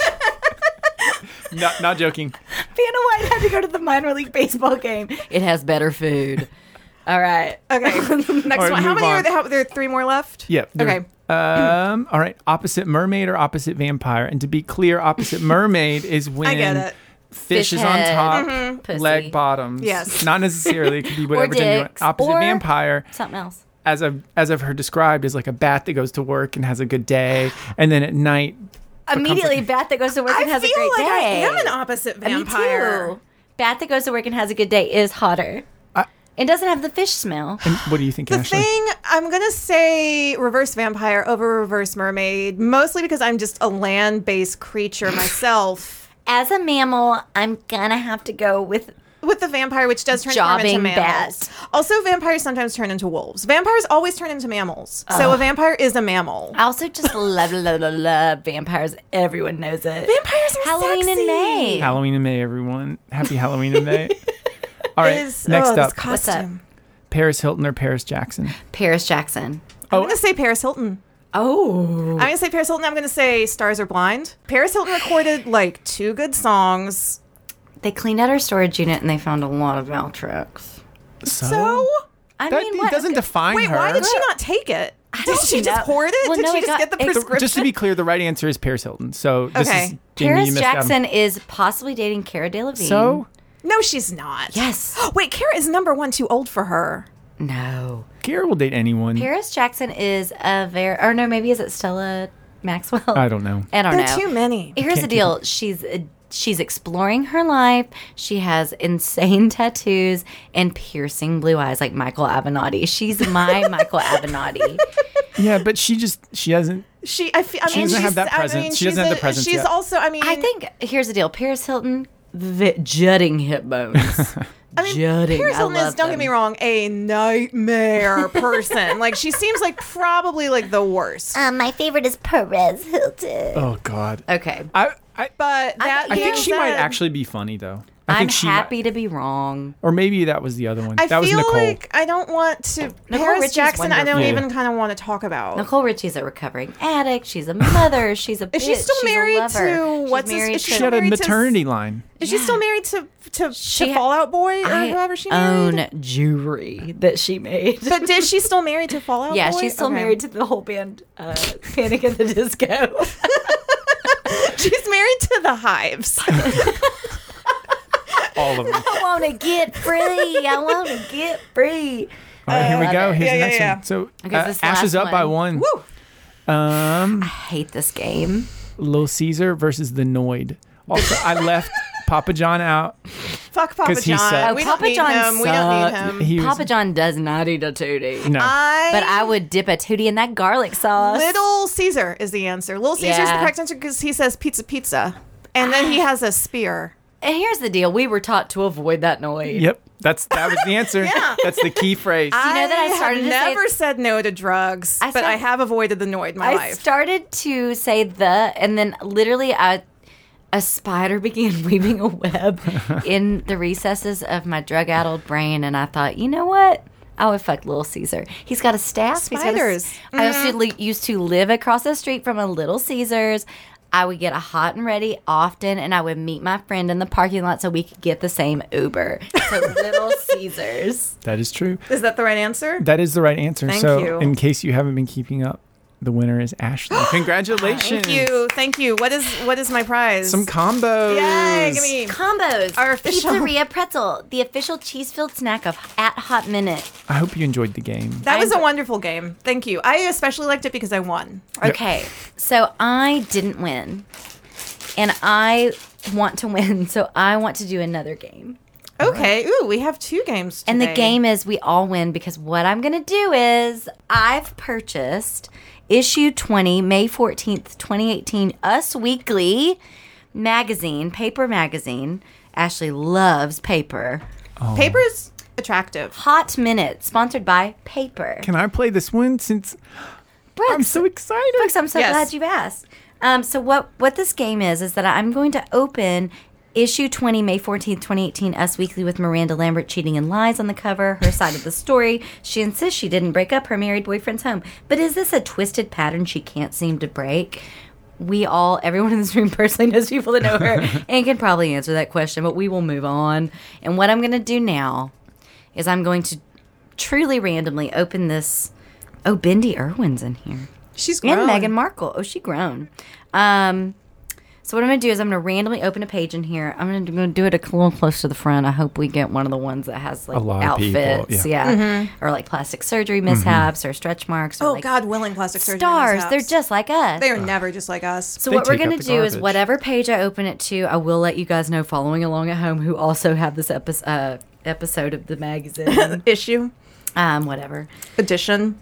Speaker 3: not, not joking.
Speaker 1: Vanna White had to go to the minor league baseball game. It has better food. [LAUGHS] All right.
Speaker 2: Okay. [LAUGHS] Next
Speaker 3: right,
Speaker 2: one. How
Speaker 3: move
Speaker 2: many are
Speaker 3: on.
Speaker 2: there? How, there are three more left.
Speaker 3: Yeah. there-
Speaker 2: Okay.
Speaker 3: Um, all right, opposite mermaid or opposite vampire? And to be
Speaker 1: [LAUGHS]
Speaker 3: clear, opposite mermaid is when
Speaker 2: I get it.
Speaker 3: fish,
Speaker 1: Fish
Speaker 3: is on
Speaker 1: head, Mm-hmm.
Speaker 3: top,
Speaker 1: pussy.
Speaker 3: leg bottoms.
Speaker 2: Yes.
Speaker 3: not necessarily. It
Speaker 1: [LAUGHS]
Speaker 3: could be whatever thing you want.
Speaker 1: dicks,
Speaker 3: Opposite
Speaker 1: or-
Speaker 3: vampire,
Speaker 1: Something else.
Speaker 3: as I've as I've heard described, is like a bat that goes to work and has a good day, and then at night
Speaker 1: Immediately, bat that goes to work
Speaker 2: I
Speaker 1: and has
Speaker 2: feel
Speaker 1: a great
Speaker 2: like I
Speaker 1: day.
Speaker 2: am an opposite
Speaker 1: Uh, me
Speaker 2: vampire.
Speaker 1: too. Bat that goes to work and has a good day is hotter.
Speaker 3: I-
Speaker 1: and doesn't have the fish smell.
Speaker 3: And what do you think,
Speaker 2: The
Speaker 3: Ashley?
Speaker 2: thing I'm gonna say reverse vampire over reverse mermaid, mostly because I'm just a land-based
Speaker 3: [SIGHS]
Speaker 2: creature myself.
Speaker 1: As a mammal, I'm gonna have to go with
Speaker 2: With the vampire, which does turn farm into
Speaker 1: Jobbing
Speaker 2: mammals. Also, vampires sometimes turn into wolves. Vampires always turn into mammals. So a vampire is a mammal.
Speaker 1: Oh. I also just love, love, love, love vampires. Everyone knows it.
Speaker 2: Vampires are
Speaker 1: Halloween
Speaker 2: sexy.
Speaker 1: in May.
Speaker 3: Halloween in May, everyone. Happy Halloween in May. All right,
Speaker 2: Is,
Speaker 3: next
Speaker 2: oh, this
Speaker 3: up,
Speaker 1: What's up?
Speaker 2: costume.
Speaker 3: Paris Hilton or Paris Jackson?
Speaker 1: Paris Jackson.
Speaker 3: Oh.
Speaker 2: I'm gonna say Paris Hilton.
Speaker 1: Oh.
Speaker 2: I'm gonna say Paris Hilton. I'm gonna say Stars Are Blind. Paris Hilton recorded like two good songs.
Speaker 1: They cleaned out our storage unit and they found a lot of Valtrex.
Speaker 3: So,
Speaker 2: So
Speaker 1: I
Speaker 3: that
Speaker 1: mean,
Speaker 3: it
Speaker 1: what?
Speaker 3: doesn't define
Speaker 2: wait,
Speaker 3: her.
Speaker 2: why did she not take it? Did
Speaker 1: don't
Speaker 2: she just
Speaker 1: know.
Speaker 2: hoard it?
Speaker 1: Well,
Speaker 2: did
Speaker 1: no,
Speaker 2: she
Speaker 1: it
Speaker 2: just
Speaker 1: got-
Speaker 2: get the
Speaker 1: it-
Speaker 2: prescription?
Speaker 3: Just to be clear, the right answer is Paris Hilton. So this
Speaker 2: Okay.
Speaker 3: is Jamie, you
Speaker 1: Paris
Speaker 3: missed out on-
Speaker 1: Jackson is possibly dating Cara Delevingne.
Speaker 3: So
Speaker 2: no, she's not.
Speaker 1: Yes.
Speaker 2: Wait, Kara is number one too old for her.
Speaker 1: No.
Speaker 3: Kira will date anyone.
Speaker 1: Paris Jackson is a very, or no, maybe is it Stella Maxwell?
Speaker 3: I don't know.
Speaker 1: I don't
Speaker 2: There
Speaker 1: know.
Speaker 2: are too many.
Speaker 1: Here's
Speaker 3: Can't
Speaker 1: the
Speaker 3: keep
Speaker 1: deal. She's a, she's exploring her life. She has insane [LAUGHS] tattoos and piercing blue eyes like Michael Avenatti. She's my Michael Avenatti.
Speaker 3: Yeah, but she just she hasn't.
Speaker 2: She, I feel. I mean,
Speaker 3: doesn't
Speaker 2: she's,
Speaker 3: have that
Speaker 2: I
Speaker 3: presence.
Speaker 2: mean,
Speaker 3: She doesn't
Speaker 2: she's
Speaker 3: have
Speaker 2: a-
Speaker 3: the presence
Speaker 2: She's
Speaker 3: yet.
Speaker 2: also. I mean,
Speaker 1: I think here's the deal. Paris Hilton, v- jutting hip bones.
Speaker 2: I mean,
Speaker 1: jutting.
Speaker 2: Paris
Speaker 1: I
Speaker 2: Hilton is,
Speaker 1: love
Speaker 2: don't get me
Speaker 1: them.
Speaker 2: wrong, a nightmare person. like she seems like probably like the worst.
Speaker 4: Um, my favorite is Perez Hilton.
Speaker 3: Oh God.
Speaker 1: Okay.
Speaker 3: I I,
Speaker 2: But that
Speaker 3: I think
Speaker 2: being
Speaker 3: she might
Speaker 2: said,
Speaker 3: actually be funny though. I
Speaker 1: I'm
Speaker 3: think she might-
Speaker 1: happy to be wrong.
Speaker 3: or maybe that was the other one.
Speaker 2: I
Speaker 3: that was
Speaker 2: feel
Speaker 3: Nicole.
Speaker 2: like I don't want to Paris
Speaker 1: Ritchie's
Speaker 2: Jackson. I don't
Speaker 3: wonderful.
Speaker 2: even kind of want to talk about.
Speaker 1: Nicole Richie's a recovering addict. She's a mother. She's a bitch.
Speaker 2: Is she still
Speaker 1: she's a
Speaker 2: married
Speaker 1: lover.
Speaker 2: to-
Speaker 1: She's
Speaker 2: what's his-
Speaker 1: married
Speaker 2: is she
Speaker 1: to-
Speaker 3: she had a
Speaker 2: married to s-
Speaker 3: maternity line.
Speaker 2: Is she still married to to, to
Speaker 1: She-
Speaker 2: Fallout Boy or
Speaker 1: I
Speaker 2: whoever she married?
Speaker 1: own jewelry that she made.
Speaker 2: But is she still married to Fallout
Speaker 1: yeah,
Speaker 2: Boy?
Speaker 1: she's still
Speaker 2: Okay.
Speaker 1: married to the whole band, uh, Panic at the Disco.
Speaker 2: [LAUGHS] She's married to the Hives.
Speaker 3: All of
Speaker 1: [LAUGHS]
Speaker 3: them.
Speaker 1: I want to get free. I want to get free.
Speaker 3: All right, here we go. Here's
Speaker 2: Yeah,
Speaker 3: the
Speaker 2: yeah,
Speaker 3: next
Speaker 2: yeah.
Speaker 3: one. So
Speaker 1: Okay,
Speaker 3: uh,
Speaker 1: this is the
Speaker 3: Ash is
Speaker 1: last
Speaker 3: up by
Speaker 1: one.
Speaker 3: one. Um,
Speaker 1: I
Speaker 2: Ah.
Speaker 1: hate this game.
Speaker 3: Little Caesar versus the Noid. Also, I
Speaker 2: [LAUGHS]
Speaker 3: left Papa John out.
Speaker 2: Fuck Papa
Speaker 3: 'Cause he
Speaker 2: John.
Speaker 3: said-
Speaker 2: we
Speaker 1: Oh,
Speaker 2: don't
Speaker 1: Papa
Speaker 2: need
Speaker 1: John
Speaker 2: him. We don't need
Speaker 1: sucked.
Speaker 2: him.
Speaker 3: He was,
Speaker 1: Papa John does not eat a tootie.
Speaker 3: no.
Speaker 2: I
Speaker 1: But I would dip a tootie in that garlic sauce.
Speaker 2: Little Caesar is the answer. Little Caesar's the
Speaker 1: Yeah. Ah.
Speaker 2: correct answer because he says pizza, pizza, and then he has a spear.
Speaker 1: And here's the deal: we were taught to avoid that noise.
Speaker 3: Yep, that's that was the
Speaker 2: [LAUGHS]
Speaker 3: answer. That's the key phrase.
Speaker 1: you know that I
Speaker 2: have
Speaker 1: started to say-
Speaker 2: never said no to drugs,
Speaker 1: I
Speaker 2: but I
Speaker 1: said-
Speaker 2: have avoided the noid my
Speaker 1: I
Speaker 2: life.
Speaker 1: started to say the, and then literally a, a spider [LAUGHS] began weaving a [LAUGHS] web in the recesses of my drug addled brain. And I thought, you know what? I would fuck Little Caesar. He's got a staff.
Speaker 2: Spiders.
Speaker 1: He's got a, s- I used to, li- used to live across the street from a Little Caesar's. I would get a hot and ready often, and I would meet my friend in the parking lot so we could get the same Uber. So [LAUGHS] Little Caesars.
Speaker 3: That is true.
Speaker 2: is that the right answer?
Speaker 3: That is the right answer.
Speaker 2: Thank
Speaker 3: so,
Speaker 2: you.
Speaker 3: in case you haven't been keeping up, the winner is
Speaker 2: [GASPS]
Speaker 3: Ashley. Congratulations.
Speaker 2: Thank you, thank you. What is what is my prize?
Speaker 3: Some combos.
Speaker 2: Yay, give me.
Speaker 1: Combos.
Speaker 2: Our official-
Speaker 1: Pizzeria Pretzel, the official cheese-filled snack of At Hot Minute.
Speaker 3: I hope you enjoyed the game.
Speaker 2: That was a wonderful game. Thank you. I especially liked it because I won.
Speaker 1: Okay, so I didn't win, and I want to [LAUGHS] win, so I want to do another game.
Speaker 2: Okay. Ooh, we have two games.
Speaker 1: And the
Speaker 2: today.
Speaker 1: game is we all win because what I'm going to do is I've purchased issue 20, May 14th, 2018, Us Weekly magazine, paper magazine. Ashley loves paper.
Speaker 3: Oh.
Speaker 2: Paper's
Speaker 1: [GASPS]
Speaker 2: attractive.
Speaker 1: Hot Minute, sponsored by Paper.
Speaker 3: Can I play this one since I'm
Speaker 1: Brooks,
Speaker 3: so excited?
Speaker 1: Brooks, I'm so
Speaker 2: Yes.
Speaker 1: glad you asked. Um, so what what this game is is that I'm going to open issue 20 May 14th 2018 Us Weekly with Miranda Lambert cheating and lies on the cover her side of the story she insists she didn't break up her married boyfriend's home but is this a twisted pattern she can't seem to break we all everyone in this room [LAUGHS] personally knows people that know her and can probably answer that question but we will move on and what I'm going to do now is I'm going to truly randomly open this oh Bendy Irwin's in here
Speaker 2: She's grown.
Speaker 1: and Meghan Markle. Oh, she grown. Um, so what I'm going to do is I'm going to randomly open a page in here. I'm going to do it a little close to the front. I hope we get one of the ones that has like
Speaker 3: A lot of
Speaker 1: outfits,
Speaker 3: people, Mm-hmm.
Speaker 1: yeah, or like plastic surgery mishaps or stretch marks. Or
Speaker 2: Mm-hmm. Oh
Speaker 1: like
Speaker 2: God, willing plastic surgery.
Speaker 1: stars.
Speaker 2: mishaps.
Speaker 1: They're just like us.
Speaker 2: They are never just like us.
Speaker 1: so
Speaker 3: They
Speaker 1: what we're
Speaker 3: take out
Speaker 1: going to
Speaker 3: the
Speaker 1: do is
Speaker 3: garbage.
Speaker 1: whatever page I open it to, I will let you guys know following along at home who also have this episode uh, episode of the
Speaker 2: [LAUGHS]
Speaker 1: magazine,
Speaker 2: Issue,
Speaker 1: um, whatever.
Speaker 2: edition.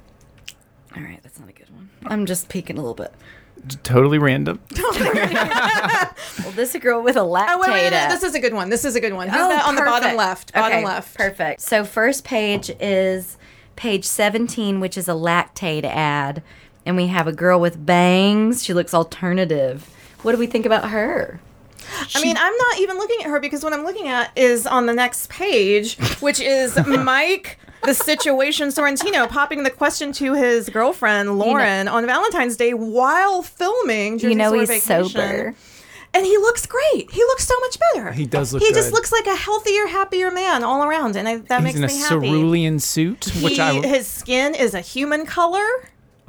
Speaker 1: All right, that's not a good one. I'm just peeking a little bit.
Speaker 3: Totally random.
Speaker 1: Well, this is a girl with a lactator.
Speaker 2: Oh wait, wait, wait, wait, this is a good one. This is a good one. How's
Speaker 1: Oh,
Speaker 2: that on the bottom
Speaker 1: perfect.
Speaker 2: left? Bottom
Speaker 1: Okay,
Speaker 2: left.
Speaker 1: Perfect. So first page is page 17, which is a lactate ad. And we have a girl with bangs. She looks alternative. What do we think about her?
Speaker 2: I mean, I'm not even looking at her because what I'm looking at is on the next page,
Speaker 1: [LAUGHS]
Speaker 2: which is Mike, the situation Sorrentino, popping the question to his girlfriend Lauren on Valentine's Day while filming. Jersey
Speaker 1: you know
Speaker 2: Shore
Speaker 1: he's
Speaker 2: Vacation.
Speaker 1: sober.
Speaker 2: and he looks great. He looks so much better.
Speaker 3: He does look
Speaker 2: He just
Speaker 3: good.
Speaker 2: looks like a healthier, happier man all around, and I, that
Speaker 3: He's
Speaker 2: makes
Speaker 3: in a
Speaker 2: me happy.
Speaker 3: cerulean suit, which
Speaker 2: he,
Speaker 3: I
Speaker 2: his skin is a human color.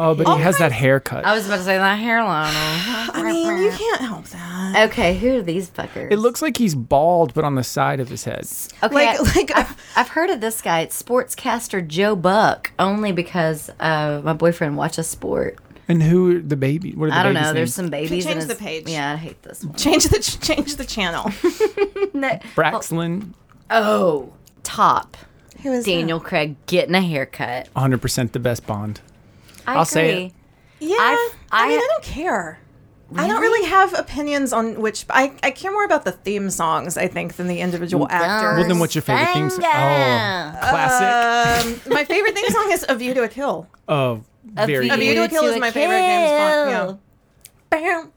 Speaker 3: oh, but he has
Speaker 2: my-
Speaker 3: that haircut.
Speaker 1: I was about to say that hairline.
Speaker 2: I mean, you can't help that.
Speaker 1: okay, who are these fuckers?
Speaker 3: it looks like he's bald, but on the side of his head.
Speaker 1: okay,
Speaker 2: Like,
Speaker 1: I- [LAUGHS]
Speaker 2: like uh,
Speaker 1: I've heard of this guy. It's sportscaster Joe Buck, only because uh, my boyfriend watches sport.
Speaker 3: And who are the baby? What are the
Speaker 1: I don't
Speaker 3: babies'
Speaker 1: know. There's
Speaker 3: names?
Speaker 1: some babies. in
Speaker 2: change
Speaker 1: his-
Speaker 2: the page?
Speaker 1: Yeah, I hate this one.
Speaker 2: change the change the channel.
Speaker 1: No.
Speaker 3: Braxlin,
Speaker 1: Oh, top.
Speaker 2: Who is that?
Speaker 1: Daniel Craig getting a haircut.
Speaker 3: 100 percent the best Bond.
Speaker 1: I
Speaker 3: I'll say
Speaker 1: agree.
Speaker 3: it.
Speaker 2: Yeah, i
Speaker 1: I've-
Speaker 2: mean,
Speaker 1: I-
Speaker 2: I don't care. I don't really have opinions on which. I, I care more about the theme songs, I think, than the individual actors.
Speaker 3: Well, then what's your favorite thing? Oh,
Speaker 1: Sanga. Uh,
Speaker 3: classic.
Speaker 2: um, my favorite theme song is "A View to a Kill."
Speaker 1: [LAUGHS]
Speaker 3: oh, very
Speaker 1: A
Speaker 2: "A View to a
Speaker 1: View
Speaker 2: Kill"
Speaker 1: to
Speaker 2: is
Speaker 1: a
Speaker 2: my favorite James Bond. Yeah.
Speaker 1: Kill.
Speaker 2: Bam.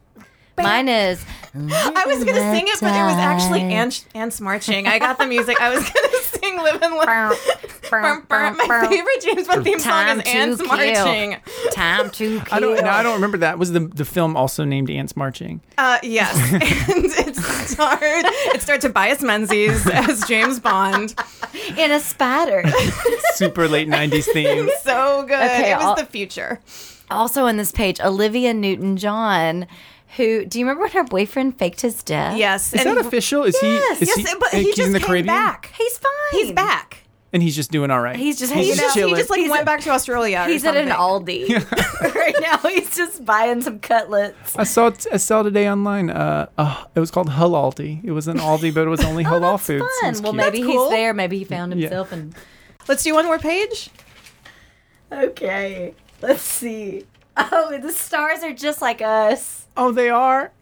Speaker 1: Mine is.
Speaker 2: I was gonna sing it, but it was actually Ant Ants marching. I got the music. I was [LAUGHS] gonna sing "Live and
Speaker 4: Uh,
Speaker 2: [LAUGHS] Let." Burm,
Speaker 4: [LAUGHS]
Speaker 2: burm. My favorite James Bond theme song
Speaker 1: Time
Speaker 2: is
Speaker 1: to
Speaker 2: Ants
Speaker 1: kill.
Speaker 2: marching.
Speaker 1: Time to kill.
Speaker 3: I don't. No, I don't remember that. Was the the film also named Ants Marching?
Speaker 1: [LAUGHS]
Speaker 2: Uh, yes,
Speaker 3: [LAUGHS]
Speaker 2: and it starred it starred Tobias Menzies as James Bond.
Speaker 1: In a spider.
Speaker 3: Super late '90s theme.
Speaker 2: so good.
Speaker 1: Okay,
Speaker 2: it was
Speaker 1: I'll-
Speaker 2: the future.
Speaker 1: [LAUGHS] also on this page, Olivia Newton John, who do you remember when her boyfriend faked his death?
Speaker 2: Yes.
Speaker 3: Is
Speaker 2: and
Speaker 3: that official? Is
Speaker 2: Yes,
Speaker 3: he? Is
Speaker 2: yes,
Speaker 3: he,
Speaker 2: but he
Speaker 3: he's
Speaker 2: just
Speaker 3: in the
Speaker 2: came
Speaker 3: Caribbean,
Speaker 2: back.
Speaker 1: He's fine.
Speaker 2: He's back.
Speaker 3: and he's just doing all right.
Speaker 1: He's just
Speaker 3: he's
Speaker 1: hanging
Speaker 3: just
Speaker 1: out.
Speaker 2: He
Speaker 3: chilling.
Speaker 2: just like went back to Australia. or
Speaker 1: He's at an
Speaker 2: something.
Speaker 1: Aldi [LAUGHS] right now. He's just buying some cutlets.
Speaker 3: I saw I saw today online. Uh, uh, it was called Halal Tea. It was an Aldi, but it was only halal
Speaker 1: Oh, That's
Speaker 3: food.
Speaker 1: fun. Well, maybe
Speaker 2: That's
Speaker 1: he's
Speaker 2: cool.
Speaker 1: there. Maybe he found himself and.
Speaker 2: Let's do one more page.
Speaker 1: Okay, let's see. Oh, the stars are just like us.
Speaker 3: Oh, they are.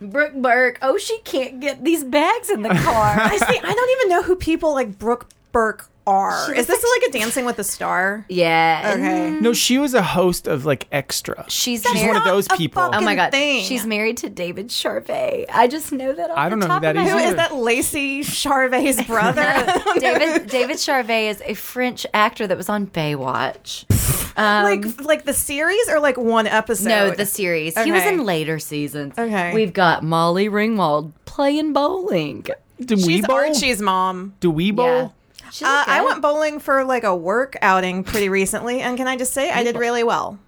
Speaker 1: Brooke Burke. Oh, she can't get these bags in the
Speaker 2: [LAUGHS]
Speaker 1: car.
Speaker 2: I see. I don't even know who people like Brooke Burke are. Is this like a Dancing with the Star?
Speaker 1: yeah.
Speaker 3: Mm.
Speaker 1: and
Speaker 2: Okay.
Speaker 3: No, she was a host of like Extra.
Speaker 1: She's
Speaker 3: She's
Speaker 1: married.
Speaker 3: one of
Speaker 2: not
Speaker 3: those
Speaker 2: a
Speaker 3: people.
Speaker 1: Oh my god.
Speaker 2: thing.
Speaker 1: She's married to David Charvet. I just know that. Off
Speaker 3: I don't
Speaker 1: the
Speaker 3: know who
Speaker 1: top of
Speaker 3: that
Speaker 1: my
Speaker 3: is
Speaker 2: Who
Speaker 1: head.
Speaker 2: is
Speaker 1: [LAUGHS]
Speaker 2: that Lacey Charvet's brother?
Speaker 1: David David Charvet is a French actor that was on Baywatch.
Speaker 2: [LAUGHS] like like the series or like one episode?
Speaker 1: Um, No, the series. He was
Speaker 2: Okay.
Speaker 1: in later seasons.
Speaker 2: Okay.
Speaker 1: We've got Molly Ringwald playing bowling.
Speaker 3: Do we
Speaker 2: She's
Speaker 3: bowl?
Speaker 2: Archie's mom.
Speaker 3: Do we bowl?
Speaker 1: Yeah. She
Speaker 2: Uh,
Speaker 1: looked
Speaker 2: I
Speaker 1: good.
Speaker 2: went bowling for like a work outing pretty recently, and can I just say I did really well.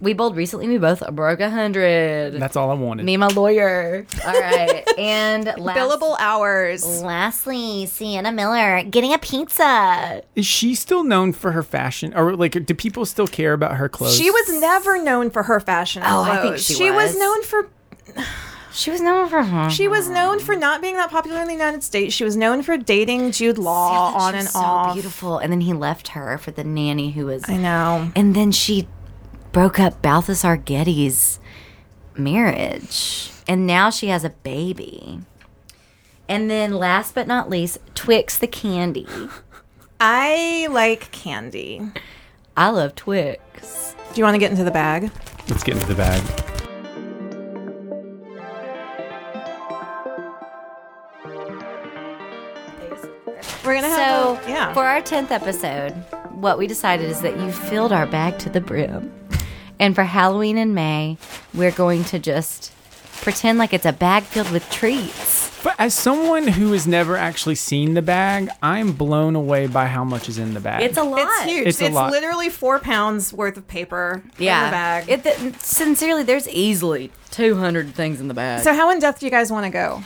Speaker 1: We bowled recently. We both broke a hundred.
Speaker 3: That's all I wanted.
Speaker 1: Me and my lawyer. All [LAUGHS] right. and last,
Speaker 2: Billable hours.
Speaker 4: Lastly, Sienna Miller getting a pizza.
Speaker 3: Is she still known for her fashion, or like, do people still care about her clothes?
Speaker 2: She was never known for her fashion. and
Speaker 1: Oh, I think
Speaker 2: clothes.
Speaker 1: she
Speaker 2: was.
Speaker 1: was. Mm.
Speaker 2: known for
Speaker 1: She was known for her.
Speaker 2: she was known for not being that popular in the United States. She was known for dating Jude Law
Speaker 1: She
Speaker 2: on
Speaker 1: was
Speaker 2: and
Speaker 1: so
Speaker 2: off.
Speaker 1: beautiful. And then he left her for the nanny who was.
Speaker 2: I know.
Speaker 1: And then she broke up Balthasar Getty's marriage. And now she has a baby. And then last but not least, Twix the candy.
Speaker 2: I like candy. Do
Speaker 1: I love Twix.
Speaker 2: you want to get into the bag?
Speaker 3: Let's get into the bag.
Speaker 2: We're gonna
Speaker 1: So,
Speaker 2: have a, yeah.
Speaker 1: for our 10th episode, what we decided is that you filled our bag to the brim. And for Halloween in May, we're going to just pretend like it's a bag filled with treats.
Speaker 3: But as someone who has never actually seen the bag, I'm blown away by how much is in the bag.
Speaker 1: It's a lot.
Speaker 2: It's huge.
Speaker 3: It's
Speaker 2: It's,
Speaker 3: a lot.
Speaker 2: literally four pounds worth of paper in
Speaker 1: Yeah.
Speaker 2: the bag.
Speaker 1: It, th- sincerely, there's easily 200 things in the bag.
Speaker 2: so how in depth do you guys want to go?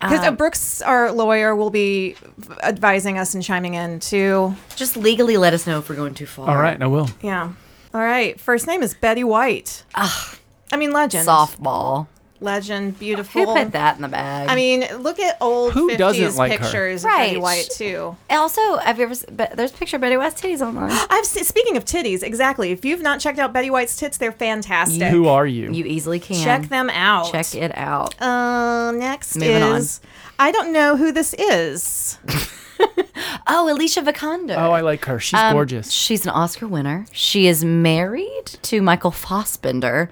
Speaker 2: Because
Speaker 1: Um,
Speaker 2: Brooks, our lawyer, will be advising us and chiming in too.
Speaker 1: just legally let us know if we're going too far.
Speaker 3: All right, I will.
Speaker 2: Yeah. All right. First name is Betty White. I mean, legend.
Speaker 1: Softball.
Speaker 2: Legend. Beautiful.
Speaker 1: Who put that in the bag?
Speaker 2: I mean, look at old
Speaker 3: Who
Speaker 2: 50s
Speaker 3: doesn't like her?
Speaker 2: pictures of Betty
Speaker 1: Right.
Speaker 2: White too.
Speaker 1: And also, have you ever? s- But there's a picture of Betty West titties online.
Speaker 2: I've se- speaking of titties, exactly. If you've not checked out Betty White's tits, they're fantastic.
Speaker 3: Who are you?
Speaker 1: You easily can
Speaker 2: Check them out.
Speaker 1: Check it out.
Speaker 2: Uh, next
Speaker 1: Moving on.
Speaker 2: is I don't know who this is.
Speaker 1: Oh, Alicia Vikander.
Speaker 3: oh, I like her. She's
Speaker 1: Um,
Speaker 3: gorgeous.
Speaker 1: She's an Oscar winner. She is married to Michael Fossbender.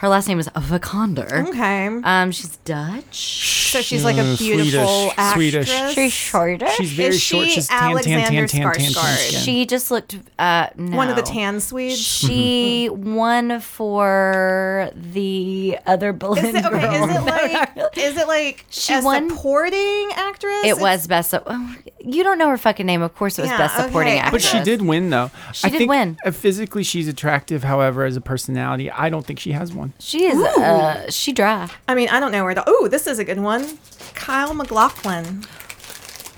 Speaker 1: Her last name is Vikander.
Speaker 2: Okay.
Speaker 1: Um, she's Dutch.
Speaker 2: so she's like a
Speaker 3: Uh,
Speaker 2: beautiful
Speaker 3: Swedish.
Speaker 2: actress.
Speaker 3: Swedish.
Speaker 1: She's shorter.
Speaker 3: She's very
Speaker 2: Is
Speaker 3: short.
Speaker 2: she
Speaker 3: She's tan, tan, tan,
Speaker 2: Alexander
Speaker 3: tan, tan, tan.
Speaker 2: Skarsgård?
Speaker 3: skin.
Speaker 1: she just looked. Uh, no.
Speaker 2: One of the tan Swedes.
Speaker 1: She won for the other
Speaker 2: Is
Speaker 1: Belinda.
Speaker 2: it,
Speaker 1: [LAUGHS]
Speaker 2: okay, is it like is it like
Speaker 1: She
Speaker 2: a
Speaker 1: won-
Speaker 2: supporting actress?
Speaker 1: It was best. Su- oh, you don't know her fucking name, of course. It was
Speaker 2: Yeah,
Speaker 1: best supporting
Speaker 2: okay.
Speaker 1: actress.
Speaker 3: But she did win, though.
Speaker 1: She
Speaker 3: I
Speaker 1: did
Speaker 3: think,
Speaker 1: win.
Speaker 3: uh, physically, she's attractive. However, as a personality, I don't think she has one.
Speaker 1: She is. Uh, she dry.
Speaker 2: I mean, I don't know where to. Oh, this is a good one. Kyle McLaughlin.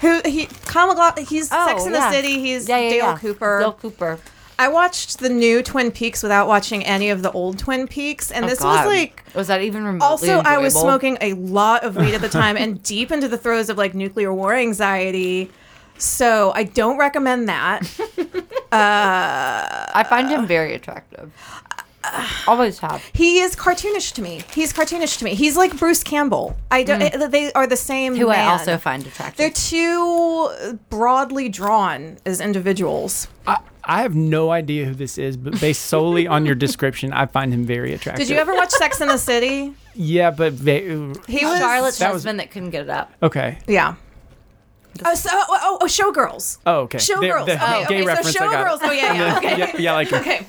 Speaker 2: Who he? Kyle McLaughlin. He's
Speaker 1: Oh,
Speaker 2: Oh, Sex in the City. He's Dale Cooper.
Speaker 1: Dale Cooper.
Speaker 2: I watched the new Twin Peaks without watching any of the old Twin Peaks, and
Speaker 1: Oh,
Speaker 2: this
Speaker 1: God.
Speaker 2: was like.
Speaker 1: Was that even remotely
Speaker 2: Also, I was
Speaker 1: enjoyable?
Speaker 2: smoking a lot of weed
Speaker 1: [LAUGHS]
Speaker 2: at the time and deep into the throes of like nuclear war anxiety. So I don't recommend that.
Speaker 1: [LAUGHS] I find him very attractive. Always have.
Speaker 2: He is cartoonish to me. He's cartoonish to me. He's like Bruce Campbell. I don't. eh, They are the same.
Speaker 1: Mm. Who I
Speaker 2: man.
Speaker 1: also find attractive.
Speaker 2: They're too broadly drawn as individuals.
Speaker 3: I, I have no idea who this is, but based solely
Speaker 2: [LAUGHS]
Speaker 3: on your description, I find him very attractive.
Speaker 2: Did you ever watch
Speaker 1: [LAUGHS]
Speaker 2: Sex in the City?
Speaker 3: Yeah, but they,
Speaker 2: He was
Speaker 1: Charlotte's
Speaker 3: That was-
Speaker 1: husband that couldn't get it up.
Speaker 3: okay.
Speaker 2: Yeah. Oh, so, oh, oh, Showgirls.
Speaker 3: Oh, okay.
Speaker 2: Showgirls.
Speaker 3: The- the
Speaker 2: oh,
Speaker 3: gay
Speaker 2: okay.
Speaker 3: reference,
Speaker 2: So
Speaker 3: I got
Speaker 2: Showgirls.
Speaker 3: it.
Speaker 2: Oh, yeah, yeah. Okay.
Speaker 3: [LAUGHS] yeah, yeah, I like it.
Speaker 2: Okay.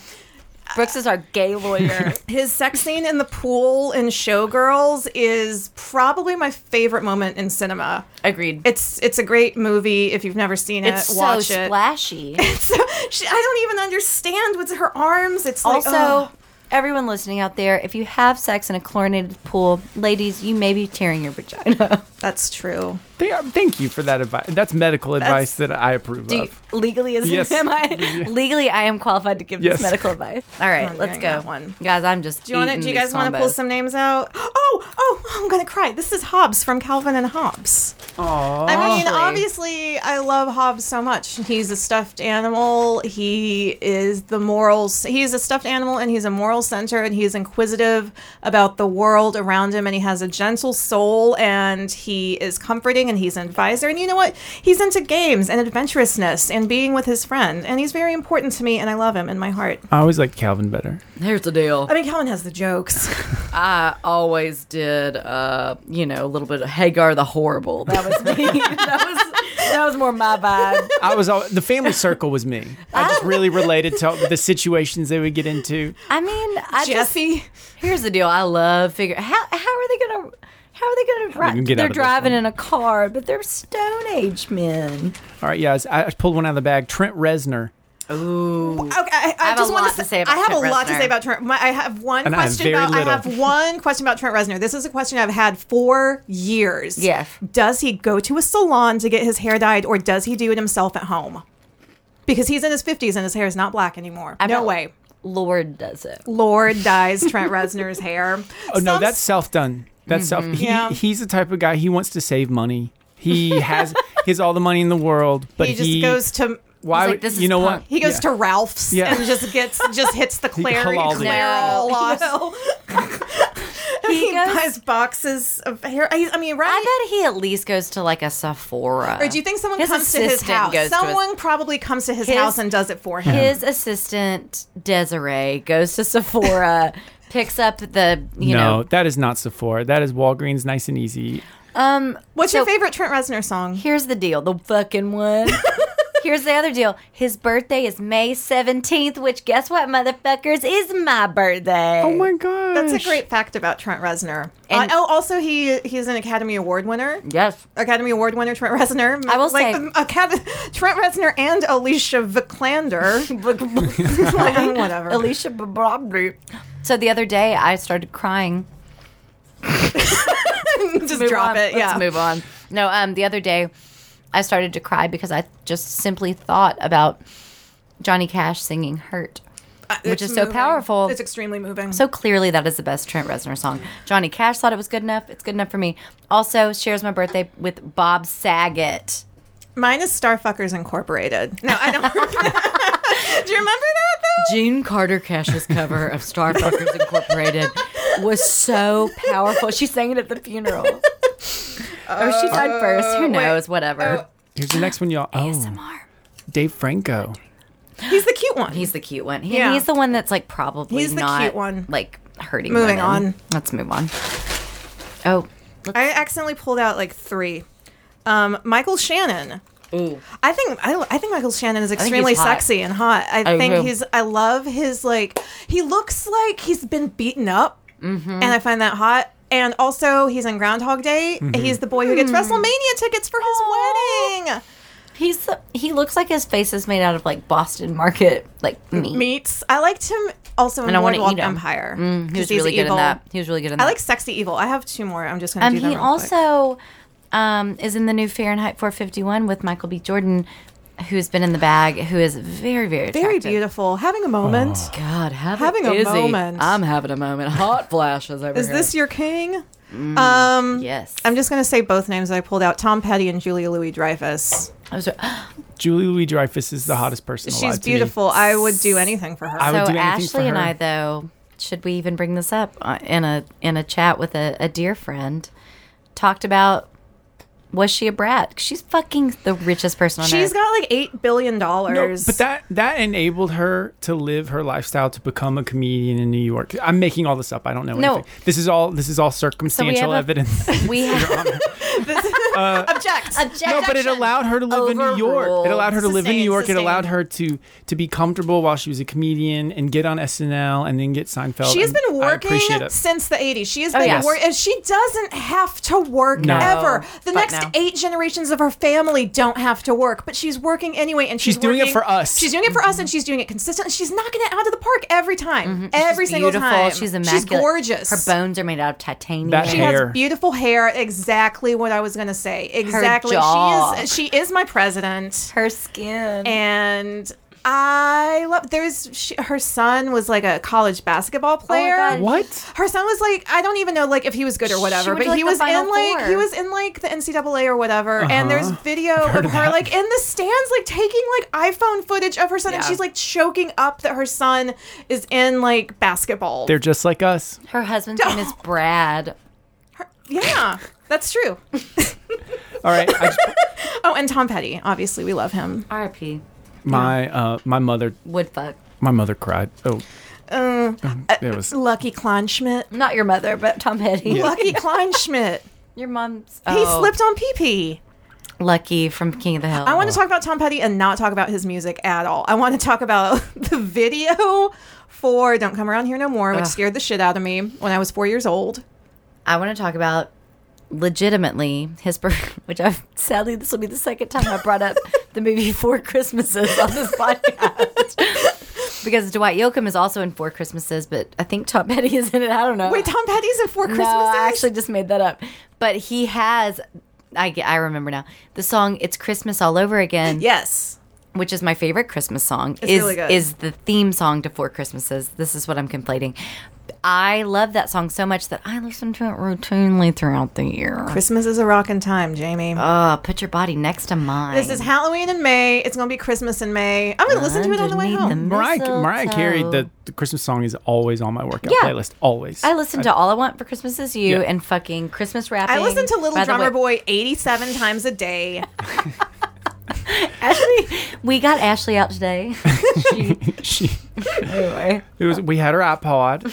Speaker 1: Brooks is our gay
Speaker 3: [LAUGHS]
Speaker 1: lawyer.
Speaker 2: His sex scene in the pool in Showgirls is probably my favorite moment in cinema.
Speaker 1: Agreed.
Speaker 2: It's it's a great movie. If you've never seen it,
Speaker 1: it's so
Speaker 2: watch it. [LAUGHS]
Speaker 1: splashy.
Speaker 2: So, she, I don't even understand what's her arms. It's like, oh.
Speaker 1: also,
Speaker 2: ugh.
Speaker 1: everyone listening out there, if you have sex in a chlorinated pool, ladies, you may be tearing your vagina. [LAUGHS]
Speaker 2: that's true.
Speaker 3: They are, thank you for that advice. That's medical advice that I approve
Speaker 1: Do you,
Speaker 3: of.
Speaker 1: legally, is
Speaker 3: Yes.
Speaker 1: am I
Speaker 2: [LAUGHS]
Speaker 1: legally I am qualified to give
Speaker 3: Yes.
Speaker 1: this medical advice. All right,
Speaker 2: I'm
Speaker 1: let's
Speaker 2: doing
Speaker 1: go.
Speaker 2: that one.
Speaker 1: Guys, I'm just.
Speaker 2: Oh, Do you want to?
Speaker 1: eating
Speaker 2: Do you
Speaker 1: these
Speaker 2: guys want to pull
Speaker 1: combos.
Speaker 2: some names out? [GASPS] Oh, oh, I'm gonna cry. This is Hobbs from Calvin and Hobbs.
Speaker 3: Aww.
Speaker 2: I mean,
Speaker 1: Lovely.
Speaker 2: obviously, I love Hobbs so much. He's a stuffed animal. He is the morals. He's a stuffed animal, and he's a moral center, and he's inquisitive about the world around him, and he has a gentle soul, and he is comforting, and he's an advisor. And you know what? He's into games and adventurousness and being with his friend, and he's very important to me, and I love him in my heart.
Speaker 3: I always liked Calvin better.
Speaker 1: Here's the deal.
Speaker 2: I mean, Calvin has the jokes.
Speaker 1: I always did, uh, you know, a little bit of Hagar the Horrible. That was me. that was that was more my vibe.
Speaker 3: I was all, the family circle was me. I just really related to the situations they would get into.
Speaker 1: [LAUGHS] I mean, I
Speaker 2: Jeffy.
Speaker 1: just here's the deal. I love figure. How how are they gonna? How are they gonna
Speaker 3: we can
Speaker 1: drive?
Speaker 3: get out
Speaker 1: They're
Speaker 3: of this
Speaker 1: driving
Speaker 3: one.
Speaker 1: in a car, but they're Stone Age men.
Speaker 3: All right, yeah, I, I pulled one out of the bag. Trent Reznor.
Speaker 2: Okay, I, I,
Speaker 1: have a
Speaker 2: just want
Speaker 1: lot to say about
Speaker 2: I have
Speaker 1: Trent
Speaker 2: a lot to
Speaker 1: Reznor.
Speaker 2: say about Trent. My, I have one
Speaker 3: And I have
Speaker 2: question
Speaker 3: very
Speaker 2: about.
Speaker 3: little.
Speaker 2: I have one question about Trent Reznor. This is a question I've had for years.
Speaker 1: Yes.
Speaker 2: Does he go to a salon to get his hair dyed, or does he do it himself at home? Because he's in his fifties and his hair is not black anymore. no
Speaker 1: bet-
Speaker 2: way.
Speaker 1: Lord does it.
Speaker 2: Lord dyes Trent Reznor's hair.
Speaker 3: Oh no,
Speaker 2: Some
Speaker 3: that's self done. That's
Speaker 1: Mm-hmm.
Speaker 3: self. He,
Speaker 2: Yeah.
Speaker 3: He's the type of guy he wants to save money. He has he has all the money in the world, but
Speaker 2: he just goes to
Speaker 3: Why
Speaker 1: He's like,
Speaker 3: would
Speaker 1: "This
Speaker 3: you
Speaker 1: is
Speaker 3: know
Speaker 1: punk."
Speaker 3: what?
Speaker 2: he goes
Speaker 3: Yeah.
Speaker 2: to Ralph's
Speaker 3: Yeah.
Speaker 2: and just gets just hits
Speaker 3: [LAUGHS]
Speaker 2: the Claire
Speaker 3: Halal it.
Speaker 1: [LAUGHS]
Speaker 2: Clairol
Speaker 1: No.
Speaker 2: off. [LAUGHS] he
Speaker 1: goes-
Speaker 2: buys boxes of hair. I I mean, right?
Speaker 1: I bet he at least goes to like a Sephora.
Speaker 2: Or do you think someone
Speaker 1: His
Speaker 2: comes to his
Speaker 1: assistant
Speaker 2: house?
Speaker 1: goes to his-
Speaker 2: Someone probably comes to his,
Speaker 1: His-
Speaker 2: house and does it for him.
Speaker 1: His assistant Desiree goes to Sephora, picks up the you
Speaker 3: no,
Speaker 1: know.
Speaker 3: that is not Sephora. That is Walgreens, nice and easy.
Speaker 1: Um,
Speaker 2: What's your
Speaker 1: So-
Speaker 2: favorite Trent Reznor song?
Speaker 1: here's the deal. The fucking one. Here's the other deal. His birthday is May 17th, which guess what, motherfuckers, is my birthday.
Speaker 3: Oh my god.
Speaker 2: That's a great fact about Trent Reznor.
Speaker 1: And-
Speaker 2: uh, oh, also he he's an Academy Award winner.
Speaker 1: Yes.
Speaker 2: Academy Award winner Trent Reznor.
Speaker 1: I will say-
Speaker 2: like um, [LAUGHS] Acad- Trent Reznor and Alicia
Speaker 1: [LAUGHS]
Speaker 2: Vikander. [LAUGHS] Whatever.
Speaker 1: Alicia Bobby. So the other day, I started crying.
Speaker 2: Just drop
Speaker 1: on.
Speaker 2: it. Yeah.
Speaker 1: Let's move on. No, um, the other day, I started to cry because I just simply thought about Johnny Cash singing "Hurt." which
Speaker 2: Uh, It's
Speaker 1: is so
Speaker 2: moving.
Speaker 1: powerful.
Speaker 2: It's extremely moving.
Speaker 1: So clearly, that is the best Trent Reznor song. Johnny Cash thought it was good enough. It's good enough for me. Also, shares my birthday with Bob Saget.
Speaker 2: Mine is Starfuckers Incorporated. No,
Speaker 1: [LAUGHS]
Speaker 2: I don't. [LAUGHS] Do you remember that though?
Speaker 1: June Carter Cash's cover of Starfuckers Incorporated was so powerful. She sang it at the funeral. or she died first. Who knows? Whatever.
Speaker 3: Here's the next one, y'all. Oh,
Speaker 1: ASMR.
Speaker 3: Dave Franco.
Speaker 2: He's the cute one.
Speaker 1: He's the cute one. He,
Speaker 2: Yeah.
Speaker 1: He's the one that's like probably
Speaker 2: He's the
Speaker 1: not
Speaker 2: cute one.
Speaker 1: like hurting.
Speaker 2: Moving
Speaker 1: women.
Speaker 2: on.
Speaker 1: Let's move on. Oh,
Speaker 2: I accidentally pulled out like three. Um, Michael Shannon.
Speaker 1: ooh,
Speaker 2: I think I, I think Michael Shannon is
Speaker 1: he's
Speaker 2: extremely
Speaker 1: hot.
Speaker 2: sexy and hot. I,
Speaker 1: I
Speaker 2: think
Speaker 1: agree.
Speaker 2: he's. I love his like. He looks like he's been beaten up,
Speaker 1: Mm-hmm.
Speaker 2: and I find that hot. And also, he's in Groundhog Day. He's the boy who
Speaker 1: Hmm.
Speaker 2: gets WrestleMania tickets for his wedding.
Speaker 1: he's the, he looks like his face is made out of like Boston market like
Speaker 2: Mm-hmm.
Speaker 1: meat.
Speaker 2: Meets. I liked him also in
Speaker 1: And I wanna
Speaker 2: Boardwalk
Speaker 1: eat him.
Speaker 2: Empire.
Speaker 1: Mm, he
Speaker 2: 'cause
Speaker 1: was
Speaker 2: he's
Speaker 1: really good
Speaker 2: evil.
Speaker 1: in that. He was really good in that.
Speaker 2: I like sexy evil. I have two more. I'm just gonna
Speaker 1: Um,
Speaker 2: do them.
Speaker 1: he
Speaker 2: real quick.
Speaker 1: also um, is in the new Fahrenheit 451 with Michael B. Jordan, who's been in the bag, who is very, very,
Speaker 2: very
Speaker 1: attractive.
Speaker 2: beautiful. Having a moment.
Speaker 1: God, having,
Speaker 2: Having a
Speaker 1: Izzy.
Speaker 2: moment.
Speaker 1: I'm having a moment. Hot flashes over
Speaker 2: Is
Speaker 1: here.
Speaker 2: this your king? Um,
Speaker 1: Yes.
Speaker 2: I'm just gonna say both names that I pulled out: Tom Petty and Julia Louis Dreyfus.
Speaker 3: Oh,
Speaker 1: I was-
Speaker 3: Julie Louis Dreyfus is the hottest person alive.
Speaker 2: She's
Speaker 3: to me.
Speaker 2: beautiful. I would do anything for her.
Speaker 3: I would
Speaker 1: so
Speaker 3: do anything for
Speaker 1: Ashley and
Speaker 3: her.
Speaker 1: I, though, should we even bring this up uh, in a in a chat with a, a dear friend? Talked about was she a brat? She's fucking the richest person on
Speaker 2: She's
Speaker 1: earth.
Speaker 2: got like eight billion
Speaker 3: No,
Speaker 2: dollars.
Speaker 3: but that that enabled her to live her lifestyle to become a comedian in New York. I'm making all this up. I don't know
Speaker 1: No.
Speaker 3: anything. This is all this is all circumstantial
Speaker 1: a-
Speaker 3: evidence.
Speaker 2: [LAUGHS]
Speaker 3: [LAUGHS]
Speaker 1: we have
Speaker 2: object.
Speaker 3: no, but it allowed her to live in New York. It
Speaker 1: Overruled.
Speaker 3: allowed her to live in
Speaker 2: Sustained,
Speaker 3: New York. It allowed
Speaker 2: sustained.
Speaker 3: her to to be comfortable while she was a comedian and get on SNL and then get Seinfeld.
Speaker 2: She has
Speaker 3: and
Speaker 2: been
Speaker 3: I
Speaker 2: working
Speaker 3: appreciate it.
Speaker 2: since the 80s. She has been
Speaker 1: Oh, yes.
Speaker 2: wor- and she doesn't have to work
Speaker 3: No.
Speaker 2: ever. The
Speaker 1: Fuck
Speaker 2: next
Speaker 1: no.
Speaker 2: eight generations of her family don't have to work, but she's working anyway and she's,
Speaker 3: She's doing it
Speaker 2: working-
Speaker 3: for us.
Speaker 2: She's doing it for us and she's doing it consistently. She's knocking it out of the park every time. Every single
Speaker 1: Mm-hmm. beautiful.
Speaker 2: time.
Speaker 1: She's immaculate.
Speaker 2: She's gorgeous.
Speaker 1: Her bones are made out of titanium.
Speaker 3: That
Speaker 2: She
Speaker 3: Hair.
Speaker 2: has beautiful hair. Exactly what I was going to say. Exactly.
Speaker 1: jaw.
Speaker 2: She is she is my president
Speaker 1: her skin.
Speaker 2: and I love there's she, her son was like a college basketball player.
Speaker 1: Oh God.
Speaker 3: What?
Speaker 2: Her son was like I don't even know like if he was good or whatever,
Speaker 1: went
Speaker 2: but
Speaker 1: to,
Speaker 2: he
Speaker 1: like,
Speaker 2: was
Speaker 1: the
Speaker 2: in
Speaker 1: Final
Speaker 2: like
Speaker 1: Four.
Speaker 2: he was in like the NCAA or whatever. And there's video of her like in the stands like taking like iPhone footage of her son, and
Speaker 1: Yeah.
Speaker 2: she's like choking up that her son is in like basketball.
Speaker 3: They're just like us.
Speaker 1: Her husband's name
Speaker 2: [LAUGHS]
Speaker 1: is Brad.
Speaker 2: Her- yeah, that's true.
Speaker 3: All right.
Speaker 2: [LAUGHS]
Speaker 3: I just-
Speaker 2: Oh, and Tom Petty, obviously we love him.
Speaker 1: R.I.P.
Speaker 3: my uh, my mother
Speaker 1: Woodfuck.
Speaker 3: my mother cried. Oh,
Speaker 2: Uh,
Speaker 3: it was
Speaker 2: Lucky Kleinschmidt.
Speaker 1: Not your mother, but Tom Petty.
Speaker 2: [LAUGHS] Lucky Kleinschmidt.
Speaker 1: [LAUGHS] Your mom's.
Speaker 2: [LAUGHS] He
Speaker 1: oh,
Speaker 2: slipped on pee pee.
Speaker 1: Lucky from King of the Hill.
Speaker 2: I want to talk about Tom Petty and not talk about his music at all. I want to talk about [LAUGHS] the video for Don't Come Around Here No More, which scared the shit out of me when I was four years old.
Speaker 1: I want to talk about legitimately his birth, [LAUGHS] which I've sadly this will be the second time I brought up the movie [LAUGHS] Four Christmases on this [LAUGHS] podcast because Dwight Yoakam is also in Four Christmases, but I think Tom Petty is in it. I don't know.
Speaker 2: Wait, Tom Petty's in Four Christmases?
Speaker 1: No, I actually just made that up. But he has, I, I remember now, the song It's Christmas All Over Again,
Speaker 2: Yes.
Speaker 1: which is my favorite Christmas song, is,
Speaker 2: really good.
Speaker 1: is the theme song to Four Christmases. This is what I'm conflating. I love that song so much that I listen to it routinely throughout the year.
Speaker 2: Christmas is a rockin' time, Jamie.
Speaker 1: Oh, put your body next to mine.
Speaker 2: this is Halloween in May. It's going to be Christmas in May. I'm going to listen to it on the way
Speaker 1: Underneath
Speaker 2: home.
Speaker 3: Mariah
Speaker 1: mistletoe.
Speaker 3: Mariah Carey. The, the Christmas song is always on my workout
Speaker 1: Yeah.
Speaker 3: playlist. Always. [LAUGHS]
Speaker 1: I listen to All I Want for Christmas Is You
Speaker 3: Yeah.
Speaker 1: and fucking Christmas Rapping.
Speaker 2: I listen to
Speaker 1: By
Speaker 2: Little
Speaker 1: the
Speaker 2: Drummer
Speaker 1: way-
Speaker 2: Boy 87 times a day.
Speaker 1: Ashley, we got Ashley out
Speaker 3: [LAUGHS]
Speaker 1: today. she,
Speaker 3: she,
Speaker 1: anyway.
Speaker 3: it was we had her
Speaker 2: [LAUGHS]
Speaker 3: iPod.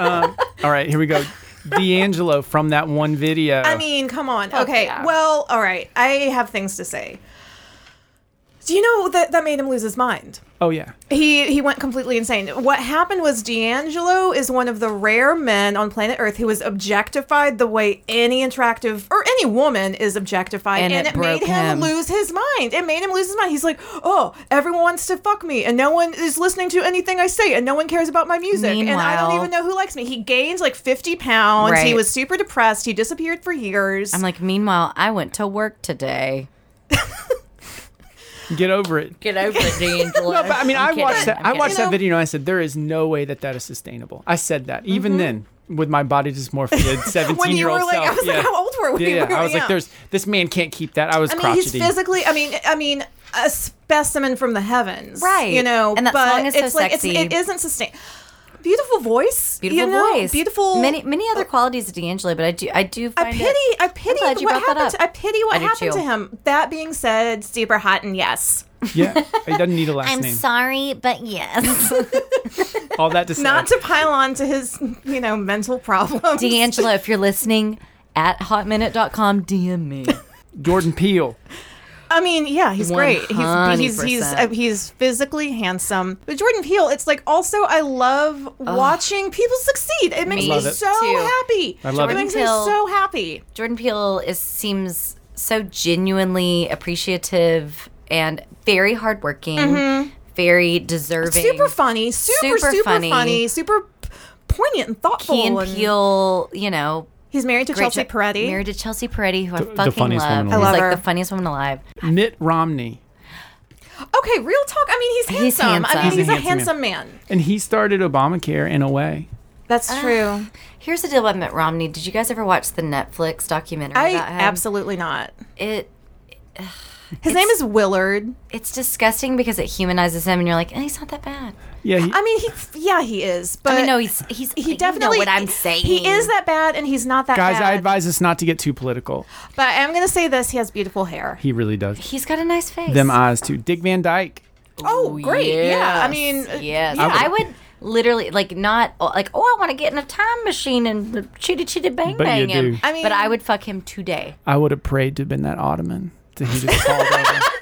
Speaker 3: um, all right, here we go. D'Angelo from that one video.
Speaker 2: I mean, come on. Okay.
Speaker 1: yeah.
Speaker 2: Well, all right. I have things to say. Do you know that that made him lose his mind?
Speaker 3: Oh yeah.
Speaker 2: He he went completely insane. What happened was D'Angelo is one of the rare men on planet Earth who was objectified the way any attractive or any woman is objectified,
Speaker 1: And
Speaker 2: and,
Speaker 1: it
Speaker 2: it, made
Speaker 1: broke
Speaker 2: him,
Speaker 1: him.
Speaker 2: lose his mind. It made him lose his mind. He's like, oh, everyone wants to fuck me, and no one is listening to anything I say, and no one cares about my music, and I
Speaker 1: Meanwhile-
Speaker 2: don't even know who likes me. He gained like fifty pounds. He
Speaker 1: Right.
Speaker 2: was super depressed. He disappeared for years.
Speaker 1: I'm like, meanwhile, I went to work today.
Speaker 3: Get over it.
Speaker 5: Get over it, D'Angelo.
Speaker 3: No, but I mean, i
Speaker 5: I'm kidding,
Speaker 3: watched that.
Speaker 5: I'm
Speaker 3: I
Speaker 5: kidding.
Speaker 3: watched
Speaker 2: You know-
Speaker 3: that video and I said, there is no way that that is sustainable. I said that even then with my body [LAUGHS] dysmorphia,
Speaker 2: Mm-hmm. when
Speaker 3: seventeen
Speaker 2: you
Speaker 3: year
Speaker 2: were
Speaker 3: old
Speaker 2: like,
Speaker 3: self.
Speaker 2: I was
Speaker 3: yeah.
Speaker 2: like, how old were we?
Speaker 3: Yeah, yeah.
Speaker 2: We were
Speaker 3: I was like,
Speaker 2: young.
Speaker 3: there's this man can't keep that. I was
Speaker 2: I mean,
Speaker 3: crotchety.
Speaker 2: he's physically. I mean, I mean, a specimen from the heavens,
Speaker 1: Right.
Speaker 2: You know,
Speaker 1: And that
Speaker 2: but
Speaker 1: song is so
Speaker 2: it's like
Speaker 1: sexy.
Speaker 2: It's, it isn't sustained. Beautiful voice, you
Speaker 1: Beautiful
Speaker 2: know,
Speaker 1: voice.
Speaker 2: beautiful.
Speaker 1: Many many other qualities of D'Angelo, but I do I do
Speaker 2: I
Speaker 1: find
Speaker 2: pity,
Speaker 1: it-
Speaker 2: I pity
Speaker 1: glad
Speaker 2: what
Speaker 1: you brought that
Speaker 2: happened.
Speaker 1: up.
Speaker 2: To, I pity what
Speaker 1: I do
Speaker 2: happened
Speaker 1: too.
Speaker 2: to him. That being said, super hot and yes,
Speaker 3: yeah, he
Speaker 2: [LAUGHS]
Speaker 3: doesn't need a last
Speaker 4: I'm
Speaker 3: name.
Speaker 4: sorry, but yes.
Speaker 3: All that to say,
Speaker 2: not to pile on to his, you know, mental problems.
Speaker 1: D'Angelo, if you're
Speaker 2: [LAUGHS]
Speaker 1: listening at hotminute.com, DM me.
Speaker 3: Jordan Peele.
Speaker 2: I mean, yeah, he's great. He's he's he's
Speaker 1: 100%.
Speaker 2: uh, he's physically handsome. But Jordan Peele, it's like also I love watching people succeed. It makes me
Speaker 3: Love it.
Speaker 2: so
Speaker 1: too.
Speaker 2: happy.
Speaker 3: I love
Speaker 2: it.
Speaker 3: it.
Speaker 2: makes
Speaker 1: Jordan Peele-
Speaker 2: me so happy.
Speaker 1: Jordan Peele is seems so genuinely appreciative and very hardworking, very deserving.
Speaker 2: Mm-hmm. Super funny, super
Speaker 1: Super
Speaker 2: super, funny.
Speaker 1: funny.
Speaker 2: super p- poignant and thoughtful.
Speaker 1: Key and
Speaker 2: and
Speaker 1: Peele, you know,
Speaker 2: He's married to
Speaker 1: great
Speaker 2: Chelsea
Speaker 1: jo-
Speaker 2: Peretti.
Speaker 1: Married to Chelsea Peretti, who I
Speaker 6: the
Speaker 1: fucking
Speaker 6: funniest
Speaker 1: love.
Speaker 6: woman
Speaker 2: alive. I love
Speaker 1: He's like
Speaker 2: her.
Speaker 1: the funniest woman alive.
Speaker 3: Mitt Romney.
Speaker 2: okay, real talk. I mean, he's handsome.
Speaker 1: He's
Speaker 2: I mean,
Speaker 1: handsome.
Speaker 2: he's,
Speaker 3: He's a
Speaker 2: a handsome
Speaker 3: handsome
Speaker 2: man.
Speaker 3: And he started Obamacare in a way.
Speaker 2: That's true.
Speaker 1: Here's the deal about Mitt Romney. Did you guys ever watch the Netflix documentary
Speaker 2: I
Speaker 1: about him?
Speaker 2: absolutely not.
Speaker 1: It
Speaker 2: His name is Willard.
Speaker 1: it's disgusting because it humanizes him, and you're like, eh, he's not that bad.
Speaker 3: Yeah, he,
Speaker 2: I mean, he yeah, he is. But
Speaker 1: I mean, no, he's he's
Speaker 2: he definitely
Speaker 1: you know what I'm saying.
Speaker 2: He is that bad, and he's not that
Speaker 3: guys, I
Speaker 2: bad.
Speaker 3: advise us not to get too political.
Speaker 2: But I'm gonna say this: he has beautiful hair.
Speaker 3: He really does.
Speaker 1: He's got a nice face.
Speaker 3: Them eyes too. Dick Van Dyke.
Speaker 2: Oh, great! Yeah, I mean, uh,
Speaker 1: yes,
Speaker 2: yeah.
Speaker 1: I would literally like not like oh, I want to get in a time machine and the chitty chitty bang
Speaker 3: But you
Speaker 1: bang him.
Speaker 3: do.
Speaker 2: I mean-
Speaker 1: but I would fuck him today.
Speaker 3: I would have prayed to have been that ottoman that he just
Speaker 1: [LAUGHS]
Speaker 3: called over. I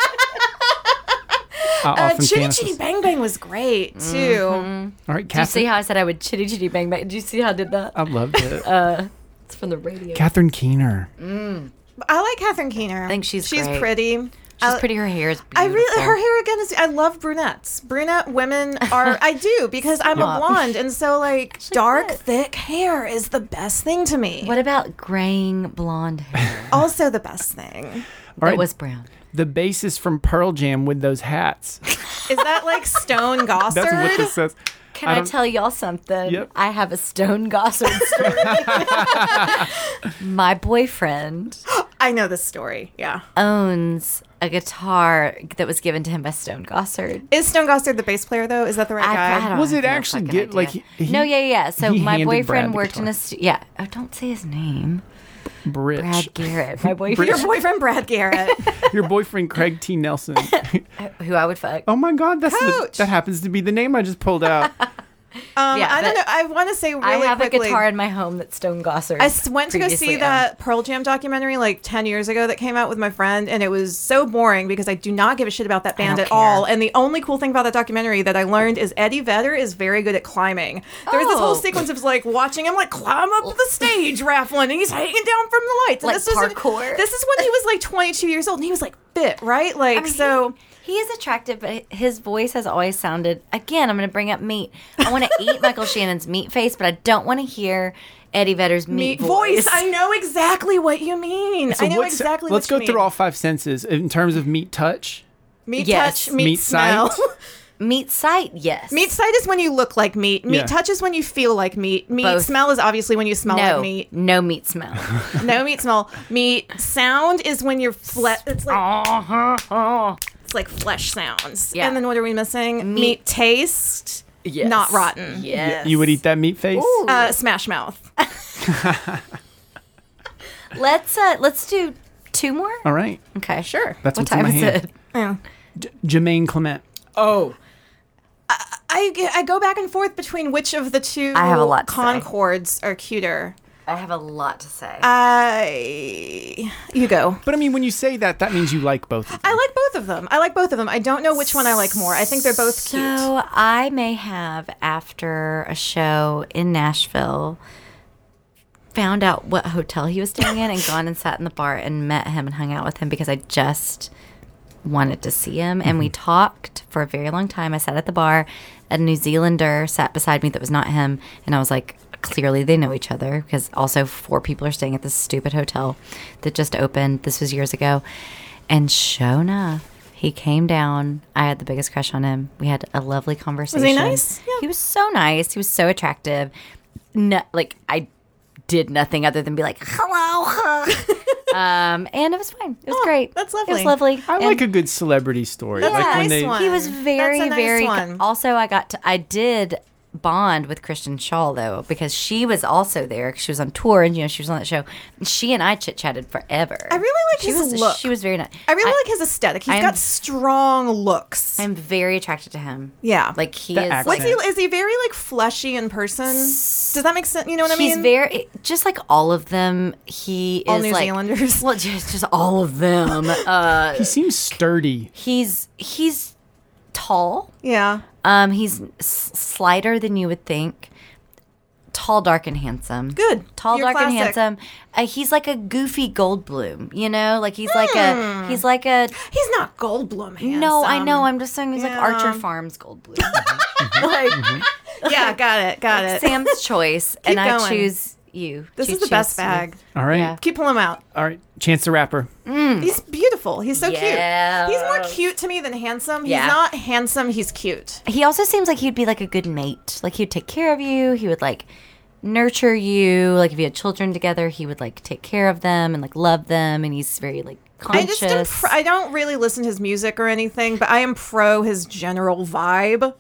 Speaker 2: Uh,
Speaker 3: often
Speaker 2: Chitty
Speaker 3: fantasize-
Speaker 2: Chitty Bang Bang was great too.
Speaker 1: Mm-hmm.
Speaker 3: All right,
Speaker 1: Do you see
Speaker 3: Catherine.
Speaker 1: how I said I would chitty chitty bang bang? Do you see how Uh, I did that?
Speaker 3: I
Speaker 1: [LAUGHS]
Speaker 3: loved it.
Speaker 1: It's from the radio.
Speaker 3: Catherine Keener.
Speaker 1: Mm,
Speaker 2: I like Katherine Keener. I
Speaker 1: think she's
Speaker 2: she's
Speaker 1: great.
Speaker 2: pretty.
Speaker 1: She's
Speaker 2: I-
Speaker 1: pretty. Oh, Her hair is beautiful.
Speaker 2: I really her hair again is. I love brunettes. Brunette women are.
Speaker 1: [LAUGHS]
Speaker 2: I do because I'm a blonde, and so like dark, thick hair is the best thing to me.
Speaker 1: What about graying blonde
Speaker 3: [LAUGHS]
Speaker 1: hair
Speaker 2: Also, the best thing
Speaker 3: All
Speaker 1: that
Speaker 3: right,
Speaker 1: was brown?
Speaker 3: the bassist from Pearl Jam with those
Speaker 1: [LAUGHS]
Speaker 3: hats.
Speaker 2: is that like Stone Gossard.
Speaker 3: That's what this says.
Speaker 1: Can
Speaker 3: I
Speaker 1: I,
Speaker 3: don't-
Speaker 1: tell y'all something?
Speaker 3: Um, Yep.
Speaker 1: I have a stone gossip [LAUGHS] story. My boyfriend
Speaker 2: I know this story. Yeah,
Speaker 1: owns a guitar that was given to him by Stone Gossard.
Speaker 2: is Stone Gossard the bass player though? Is that the right guy?
Speaker 1: don't
Speaker 3: Was
Speaker 1: have
Speaker 3: it
Speaker 1: no
Speaker 3: actually
Speaker 1: fucking
Speaker 3: get-
Speaker 1: idea.
Speaker 3: like, he-
Speaker 1: no, yeah, yeah. So
Speaker 3: he
Speaker 1: my
Speaker 3: handed Brad
Speaker 1: boyfriend
Speaker 3: the
Speaker 1: worked in a stu- yeah. Oh, don't say his name.
Speaker 3: Britch.
Speaker 1: Brad Garrett,
Speaker 3: [LAUGHS]
Speaker 1: my boyfriend,
Speaker 2: Your boyfriend
Speaker 1: [LAUGHS]
Speaker 2: Brad Garrett.
Speaker 3: Your boyfriend Craig T. Nelson.
Speaker 1: who I would fuck.
Speaker 3: oh my God, that's the,
Speaker 2: Coach.
Speaker 3: that happens to be the name I just pulled out.
Speaker 2: Um,
Speaker 1: Yeah,
Speaker 2: I don't know.
Speaker 1: but
Speaker 2: I want to say really
Speaker 1: I have
Speaker 2: quickly.
Speaker 1: a guitar in my home that's Stone Gossard.
Speaker 2: I s- went to go
Speaker 1: previously
Speaker 2: see
Speaker 1: owned.
Speaker 2: that Pearl Jam documentary like 10 years ago that came out with my friend, and it was so boring because I do not give a shit about that band
Speaker 1: don't
Speaker 2: at all.
Speaker 1: care.
Speaker 2: And the only cool thing about that documentary that I learned is Eddie Vedder is very good at climbing. There's this
Speaker 1: Oh.
Speaker 2: whole sequence of like watching him like climb up the stage, Raflin, and he's hanging down from the lights. And
Speaker 1: Like
Speaker 2: this was in-
Speaker 1: parkour?
Speaker 2: This is when he was like 22 years old, and he was like fit, right? Like, so.
Speaker 1: he, he is attractive, but his voice has always sounded. Again, I'm going to bring up meat. I
Speaker 2: [LAUGHS]
Speaker 1: want to eat Michael Shannon's meat face, but I don't want to hear Eddie Vedder's meat,
Speaker 2: Meat voice. I know exactly what you mean. I know
Speaker 3: what's-
Speaker 2: exactly.
Speaker 3: Let's
Speaker 2: what you
Speaker 3: go through
Speaker 2: mean.
Speaker 3: all five senses in terms of meat touch.
Speaker 2: meat
Speaker 1: Yes.
Speaker 2: touch, meat,
Speaker 3: Meat
Speaker 2: smell.
Speaker 3: sight.
Speaker 1: meat sight, yes.
Speaker 2: [LAUGHS] Meat sight is when you look like meat. Meat
Speaker 3: Yeah.
Speaker 2: touch is when you feel like meat. Meat
Speaker 1: Both.
Speaker 2: smell is obviously when you smell
Speaker 1: no,
Speaker 2: like meat.
Speaker 1: no meat
Speaker 2: [LAUGHS]
Speaker 1: smell.
Speaker 2: No meat smell. Meat sound is when you're fle- it's like it's like flesh sounds.
Speaker 1: Yeah.
Speaker 2: And then what are we missing? Meat, taste.
Speaker 1: Yes.
Speaker 2: Not rotten.
Speaker 1: Yes.
Speaker 3: You would eat that meat face?
Speaker 2: Uh, smash mouth.
Speaker 1: Let's uh let's do two more.
Speaker 3: All right.
Speaker 1: Okay.
Speaker 2: Um, Sure.
Speaker 3: That's
Speaker 1: what
Speaker 3: what's in
Speaker 1: time
Speaker 3: my
Speaker 1: is
Speaker 3: hand.
Speaker 1: it?
Speaker 3: J- Jermaine Clement.
Speaker 5: Oh,
Speaker 2: I, I go back and forth between which of the two
Speaker 1: I have a lot to say.
Speaker 2: concords are cuter.
Speaker 1: I have a lot to say.
Speaker 2: I. You go.
Speaker 3: But I mean, when you say that, that means you like both of them.
Speaker 2: I like both of them. I like both of them. I don't know which one I like more. I think they're both cute.
Speaker 1: So I may have, after a show in Nashville, found out what hotel he was staying in and gone and sat in the bar and met him and hung out with him because I just wanted to see him. And we
Speaker 2: Mm-hmm.
Speaker 1: talked for a very long time. I sat at the bar. A New Zealander sat beside me that was not him. And I was like, clearly they know each other because also four people are staying at this stupid hotel that just opened. This was years ago. And show enough, he came down. I had the biggest crush on him. We had a lovely conversation.
Speaker 2: nice? Yeah.
Speaker 1: He was so nice. He was so attractive. No, like I did nothing other than be like, hello.
Speaker 2: [LAUGHS]
Speaker 1: huh." um, and it was fine. It was
Speaker 2: Oh,
Speaker 1: great.
Speaker 2: that's
Speaker 1: It
Speaker 2: lovely.
Speaker 1: was lovely.
Speaker 3: I
Speaker 1: And-
Speaker 3: like a good celebrity story.
Speaker 2: That's
Speaker 3: like
Speaker 2: a
Speaker 3: when
Speaker 2: nice
Speaker 3: they,
Speaker 2: one.
Speaker 1: he was
Speaker 2: That's a
Speaker 1: very,
Speaker 2: nice
Speaker 1: very.
Speaker 2: one.
Speaker 1: Also, I got to, I did bond with Kristen Shaw though because she was also there. 'cause She was on tour and you know she was on that show. And she and I chit chatted forever. I
Speaker 2: really like
Speaker 1: she
Speaker 2: his
Speaker 1: was,
Speaker 2: look.
Speaker 1: She was very nice.
Speaker 2: I really like his aesthetic. He's
Speaker 1: I'm-
Speaker 2: got strong looks.
Speaker 1: I'm very attracted to him.
Speaker 2: Yeah.
Speaker 1: like he
Speaker 3: The
Speaker 1: is.
Speaker 3: accent.
Speaker 1: like-
Speaker 2: What's he? Is he very like fleshy in person? Does that make sense? You know what I mean?
Speaker 1: He's very just like all of them. He
Speaker 2: All
Speaker 1: is
Speaker 2: New
Speaker 1: like, [LAUGHS]
Speaker 2: Zealanders.
Speaker 1: Well, just just all of them. Uh,
Speaker 3: he seems sturdy.
Speaker 1: he's he's tall.
Speaker 2: [LAUGHS] yeah.
Speaker 1: Um, he's s- slighter than you would think. Tall, dark, and handsome.
Speaker 2: Good.
Speaker 1: Tall,
Speaker 2: Your
Speaker 1: dark, and
Speaker 2: classic.
Speaker 1: handsome. Uh, he's like a goofy Goldblum. You know, like he's like
Speaker 2: Hmm.
Speaker 1: a he's like a.
Speaker 2: He's not Goldblum handsome.
Speaker 1: No, I know. I'm just saying he's
Speaker 2: Yeah.
Speaker 1: like Archer Farms Goldblum,
Speaker 2: Like,
Speaker 1: [LAUGHS]
Speaker 2: [LAUGHS] yeah, got it, got it. [LAUGHS]
Speaker 1: Sam's choice, and I
Speaker 2: going.
Speaker 1: choose you.
Speaker 2: this
Speaker 1: You
Speaker 2: is the
Speaker 1: choose
Speaker 2: best
Speaker 1: me.
Speaker 2: bag.
Speaker 3: All right.
Speaker 1: Yeah.
Speaker 2: Keep pulling him out.
Speaker 3: All right. Chance the Rapper.
Speaker 2: He's beautiful. He's so
Speaker 1: Mm. Yeah.
Speaker 2: cute. He's more cute to me than handsome. He's
Speaker 1: Yeah.
Speaker 2: not handsome. He's cute.
Speaker 1: He also seems like he'd be like a good mate. Like he'd take care of you. He would like nurture you. Like if you had children together, he would like take care of them and like love them. And he's very like
Speaker 2: I
Speaker 1: conscious.
Speaker 2: just am pro- I don't really listen to his music or anything, but I am pro his general vibe.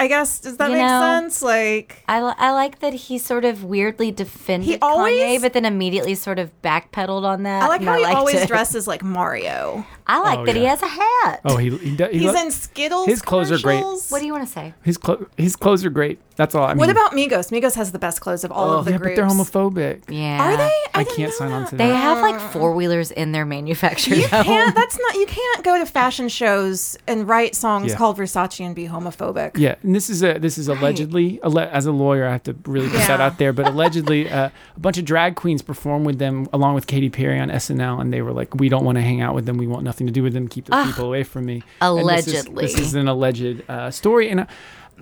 Speaker 2: I guess does that
Speaker 1: You
Speaker 2: make
Speaker 1: know,
Speaker 2: sense? Like
Speaker 1: I, li- I like that he sort of weirdly defended
Speaker 2: He always-
Speaker 1: Kanye, but then immediately sort of backpedaled on that.
Speaker 2: I like
Speaker 1: and
Speaker 2: how he
Speaker 1: liked
Speaker 2: always
Speaker 1: it.
Speaker 2: dresses like Mario.
Speaker 1: I like
Speaker 3: Oh,
Speaker 1: that he
Speaker 3: yeah.
Speaker 1: has a hat.
Speaker 3: Oh, he, he, do- he
Speaker 2: He's
Speaker 3: lo-
Speaker 2: in Skittles.
Speaker 3: his clothes are great.
Speaker 2: commercials.
Speaker 1: What do you want to say?
Speaker 3: his, clo- his clothes are great. That's all I mean.
Speaker 2: What about Migos? Migos has the best clothes of all
Speaker 3: Oh,
Speaker 2: of the
Speaker 3: yeah,
Speaker 2: groups.
Speaker 3: but they're homophobic.
Speaker 1: Yeah,
Speaker 2: Are they? I,
Speaker 3: I,
Speaker 2: didn't
Speaker 3: can't
Speaker 2: know
Speaker 3: sign
Speaker 2: that.
Speaker 3: on to that.
Speaker 1: They have like four wheelers in their manufacturer.
Speaker 2: You
Speaker 1: though.
Speaker 3: [LAUGHS]
Speaker 2: can't. That's not. You can't go to fashion shows and write songs
Speaker 3: Yeah.
Speaker 2: called Versace and be homophobic.
Speaker 3: Yeah, and this is a this is allegedly alle- as a lawyer I have to really put that
Speaker 2: Yeah.
Speaker 3: out there, but allegedly uh, a bunch of drag queens performed with them along with Katy Perry on SNL, and they were like, "We don't want to hang out with them. We want nothing to do with them. Keep the people away from me." And this is-
Speaker 1: Allegedly.
Speaker 3: this is, an alleged uh, story, and uh,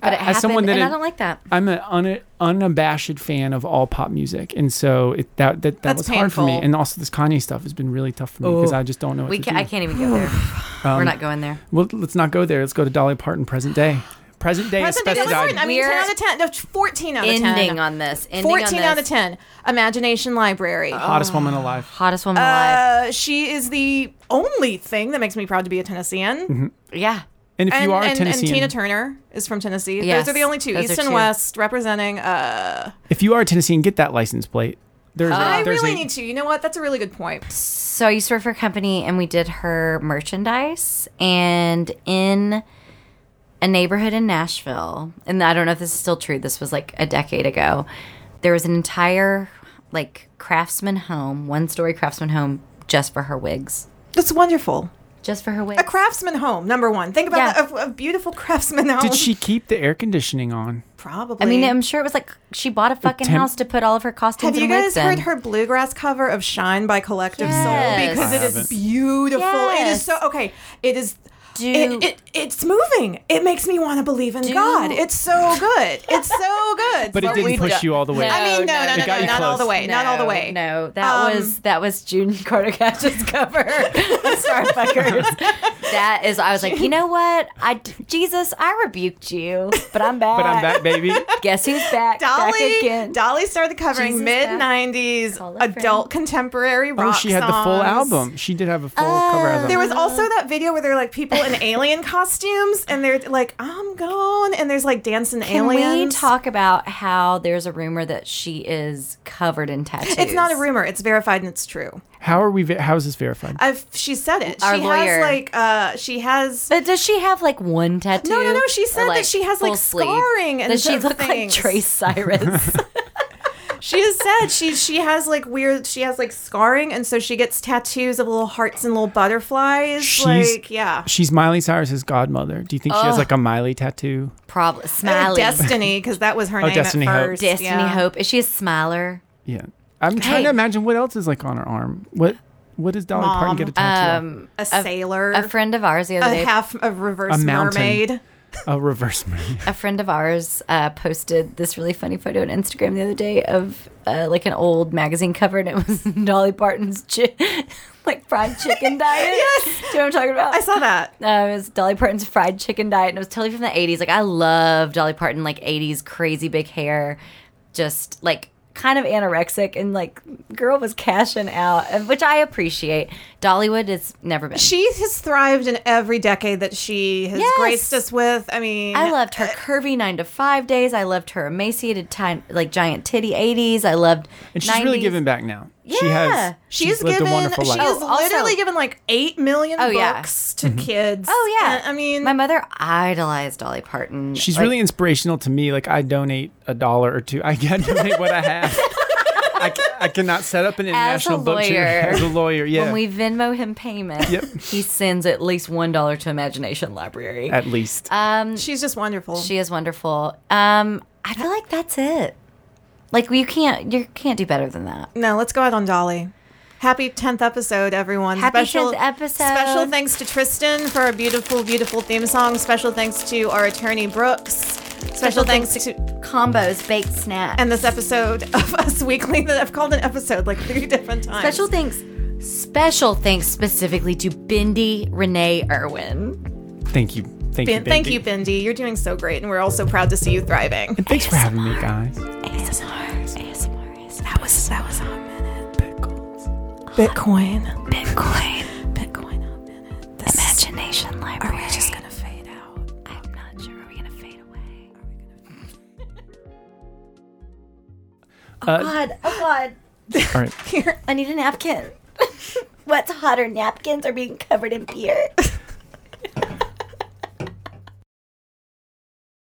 Speaker 1: but it
Speaker 3: as someone
Speaker 1: happened,
Speaker 3: that
Speaker 1: and I
Speaker 3: it-
Speaker 1: don't like that.
Speaker 3: I'm an un- unabashed fan of all pop music, and so it, that that, that
Speaker 2: That's
Speaker 3: was hard for me.
Speaker 2: painful.
Speaker 3: And also, this Kanye stuff has been really tough for me because I just don't know what
Speaker 1: We
Speaker 3: to
Speaker 1: can,
Speaker 3: do. Um,
Speaker 1: I can't even go there. We're not going there.
Speaker 3: Well, let's not go there. Let's go to Dolly Parton, present day, present day,
Speaker 2: Present day
Speaker 3: especially.
Speaker 2: Dillardin, I mean,
Speaker 1: We're
Speaker 2: ten out of ten. No, fourteen out of ten.
Speaker 1: Ending on this. Ending on
Speaker 2: Fourteen
Speaker 1: this. Oh.
Speaker 2: out of ten. Imagination Library.
Speaker 3: hottest woman
Speaker 2: Ah.
Speaker 3: alive.
Speaker 1: Hottest woman alive.
Speaker 2: Uh, she is the only thing that makes me proud to be a Tennessean.
Speaker 1: Yeah.
Speaker 3: And if
Speaker 2: And,
Speaker 3: you Mm-hmm. are a
Speaker 2: and, and
Speaker 3: Tennessean,
Speaker 2: Tina Turner is from Tennessee.
Speaker 1: Yes,
Speaker 2: Those are the only two,
Speaker 1: those
Speaker 2: East
Speaker 1: are
Speaker 2: and
Speaker 1: two.
Speaker 2: West, representing. Uh,
Speaker 3: if you are a Tennessean, get that license plate. There's a,
Speaker 2: I
Speaker 3: Ah, there's
Speaker 2: really
Speaker 3: a-
Speaker 2: need to. You know what? That's a really good point.
Speaker 1: So I used to work for a company and we did her merchandise and in a neighborhood in Nashville, and I don't know if this is still true, this was like a decade ago, there was an entire like craftsman home, one story craftsman home just for her wigs.
Speaker 2: That's wonderful.
Speaker 1: Just for her wigs.
Speaker 2: A craftsman home, number one. Think about
Speaker 1: Yeah.
Speaker 2: that, a, a beautiful craftsman home.
Speaker 3: Did she keep the air conditioning on?
Speaker 2: Probably.
Speaker 1: I mean, I'm sure it was like she bought a fucking
Speaker 3: temp-
Speaker 1: house to put all of her costumes
Speaker 2: Have you
Speaker 1: and
Speaker 2: guys
Speaker 1: wigs
Speaker 2: heard
Speaker 1: in.
Speaker 2: her bluegrass cover of Shine by Collective
Speaker 1: Yes.
Speaker 2: Soul? Because it
Speaker 3: I haven't.
Speaker 2: is beautiful. It is
Speaker 1: Yes.
Speaker 2: so okay. It is
Speaker 1: Do-
Speaker 2: it, it it's moving. It makes me want to believe in God. It's so good.
Speaker 1: [LAUGHS]
Speaker 2: It's so good.
Speaker 3: But it
Speaker 2: So
Speaker 3: didn't
Speaker 2: we-
Speaker 3: push you all the way.
Speaker 1: No.
Speaker 2: I mean, no, no, no,
Speaker 3: got
Speaker 2: no,
Speaker 3: you
Speaker 2: not all
Speaker 3: close.
Speaker 2: the way. not all the way.
Speaker 1: No, that
Speaker 2: Um,
Speaker 1: was that was June [LAUGHS] Carter Cash's
Speaker 2: [LAUGHS]
Speaker 1: cover of Starfuckers. that is, I was like, you know what? I Jesus, I rebuked you, but I'm back.
Speaker 3: But I'm
Speaker 2: [LAUGHS]
Speaker 3: back, baby. Oh,
Speaker 1: Guess who's back? back
Speaker 2: Dolly,
Speaker 1: again.
Speaker 2: Dolly started covering
Speaker 1: Jesus,
Speaker 2: mid
Speaker 1: that-
Speaker 2: '90s
Speaker 1: Call a friend.
Speaker 2: adult contemporary rock.
Speaker 3: oh, she had the full
Speaker 2: songs. Oh,
Speaker 3: album. She did have a full cover album.
Speaker 2: There was
Speaker 1: Uh-huh.
Speaker 2: also that video where they're like people in alien costumes, and they're like, "I'm gone," and there's like dancing
Speaker 1: Can
Speaker 2: aliens.
Speaker 1: we talk about how there's a rumor that she is covered in tattoos?
Speaker 2: It's not a rumor. It's verified and it's true.
Speaker 3: how are we? Ve- how is this verified?
Speaker 2: I've she said it.
Speaker 1: Our
Speaker 2: she
Speaker 1: lawyer.
Speaker 2: has like uh she has
Speaker 1: But does she have like one tattoo?
Speaker 2: no, no, she
Speaker 1: Or,
Speaker 2: said that she has, like,
Speaker 1: full sleeve?
Speaker 2: scarring and
Speaker 1: Does she
Speaker 2: some
Speaker 1: look like
Speaker 2: [LAUGHS] things.
Speaker 1: Trace Cyrus?
Speaker 2: she has said she she has like weird she has like scarring and so she gets tattoos of little hearts and little butterflies
Speaker 3: She's-
Speaker 2: like yeah
Speaker 3: She's Miley Cyrus's godmother. Do you think she has like a Miley tattoo?
Speaker 1: [LAUGHS] Probably
Speaker 2: Uh,
Speaker 1: Smiley.
Speaker 2: Destiny because that was her name
Speaker 3: Destiny
Speaker 2: at
Speaker 3: Hope.
Speaker 2: first
Speaker 1: Oh, Destiny
Speaker 2: [LAUGHS] yeah.
Speaker 1: Hope. Is she a smiler?
Speaker 3: Yeah. I'm trying
Speaker 1: Hey.
Speaker 3: to imagine what else is like on her arm. What what does Dolly Parton
Speaker 2: Mom,
Speaker 3: get a tattoo? of?
Speaker 2: a sailor
Speaker 1: A friend of ours the other
Speaker 2: a
Speaker 1: day,
Speaker 2: half of reverse
Speaker 3: A mountain.
Speaker 2: mermaid
Speaker 3: a reverse [LAUGHS] mermaid.
Speaker 1: a friend of ours uh, posted this really funny photo on Instagram the other day of uh, like an old magazine cover, and it was [LAUGHS] Dolly Parton's chi- [LAUGHS] like fried
Speaker 2: [LAUGHS]
Speaker 1: chicken diet. yes, do you know what I'm talking about?
Speaker 2: I saw that
Speaker 1: Uh, it was Dolly Parton's fried chicken diet, and it was totally from the '80s. Like I love Dolly Parton, like '80s crazy big hair, just like kind of anorexic, and like girl was cashing out, and- which I appreciate. Dollywood has never been.
Speaker 2: she has thrived in every decade that she has
Speaker 1: Yes.
Speaker 2: graced us with I mean
Speaker 1: I loved her curvy nine to five days. I loved her emaciated, time, like giant titty '80s. I loved.
Speaker 3: And she's really
Speaker 1: 90s.
Speaker 3: giving back now. She
Speaker 1: Yeah.
Speaker 3: has
Speaker 2: She's,
Speaker 3: lived
Speaker 2: given.
Speaker 3: a wonderful
Speaker 2: she
Speaker 3: life.
Speaker 2: has
Speaker 1: Oh, also-
Speaker 2: literally given like eight million
Speaker 1: Oh, yeah.
Speaker 2: books to kids.
Speaker 1: Oh yeah,
Speaker 2: And, I mean,
Speaker 1: my mother idolized Dolly Parton.
Speaker 3: She's
Speaker 1: Like,
Speaker 3: really inspirational to me. Like I donate a dollar or two. I can [LAUGHS] donate what I have. I, ca- I cannot set up an international book tour
Speaker 1: lawyer.
Speaker 3: as a lawyer. Yeah,
Speaker 1: When we Venmo him payment,
Speaker 3: Yep.
Speaker 1: he sends at least one dollar to Imagination Library.
Speaker 3: at least.
Speaker 2: she's just wonderful.
Speaker 1: She is wonderful. Um, I feel like that's it. Like you can't you can't do better than that.
Speaker 2: no, let's go out on Dolly. Happy tenth episode, everyone!
Speaker 1: Happy 10th episode.
Speaker 2: Special thanks to Tristan for our beautiful, beautiful theme song. Special thanks to our attorney Brooks. Special, thanks, to
Speaker 1: Combos, baked snacks,
Speaker 2: and this episode of [LAUGHS] Us Weekly that I've called an episode like three different times.
Speaker 1: special thanks. Special thanks specifically to Bindi Renee Irwin.
Speaker 3: thank you, thank you,
Speaker 2: Ben- thank
Speaker 3: Bindi.
Speaker 2: you, Bendy. You're doing so great, and we're all so proud to see you thriving.
Speaker 3: Thanks for having me, guys.
Speaker 1: ASMR, ASMR,
Speaker 2: That was that was hot minute. Bitcoin.
Speaker 1: Bitcoin,
Speaker 2: Bitcoin hot minute. This
Speaker 1: Imagination Library.
Speaker 2: We're just gonna fade out.
Speaker 1: I'm not sure. Are we gonna fade away?
Speaker 3: Uh,
Speaker 1: God, oh God, [LAUGHS]
Speaker 3: all right.
Speaker 1: I need a napkin. What's hotter, napkins or being covered in beer?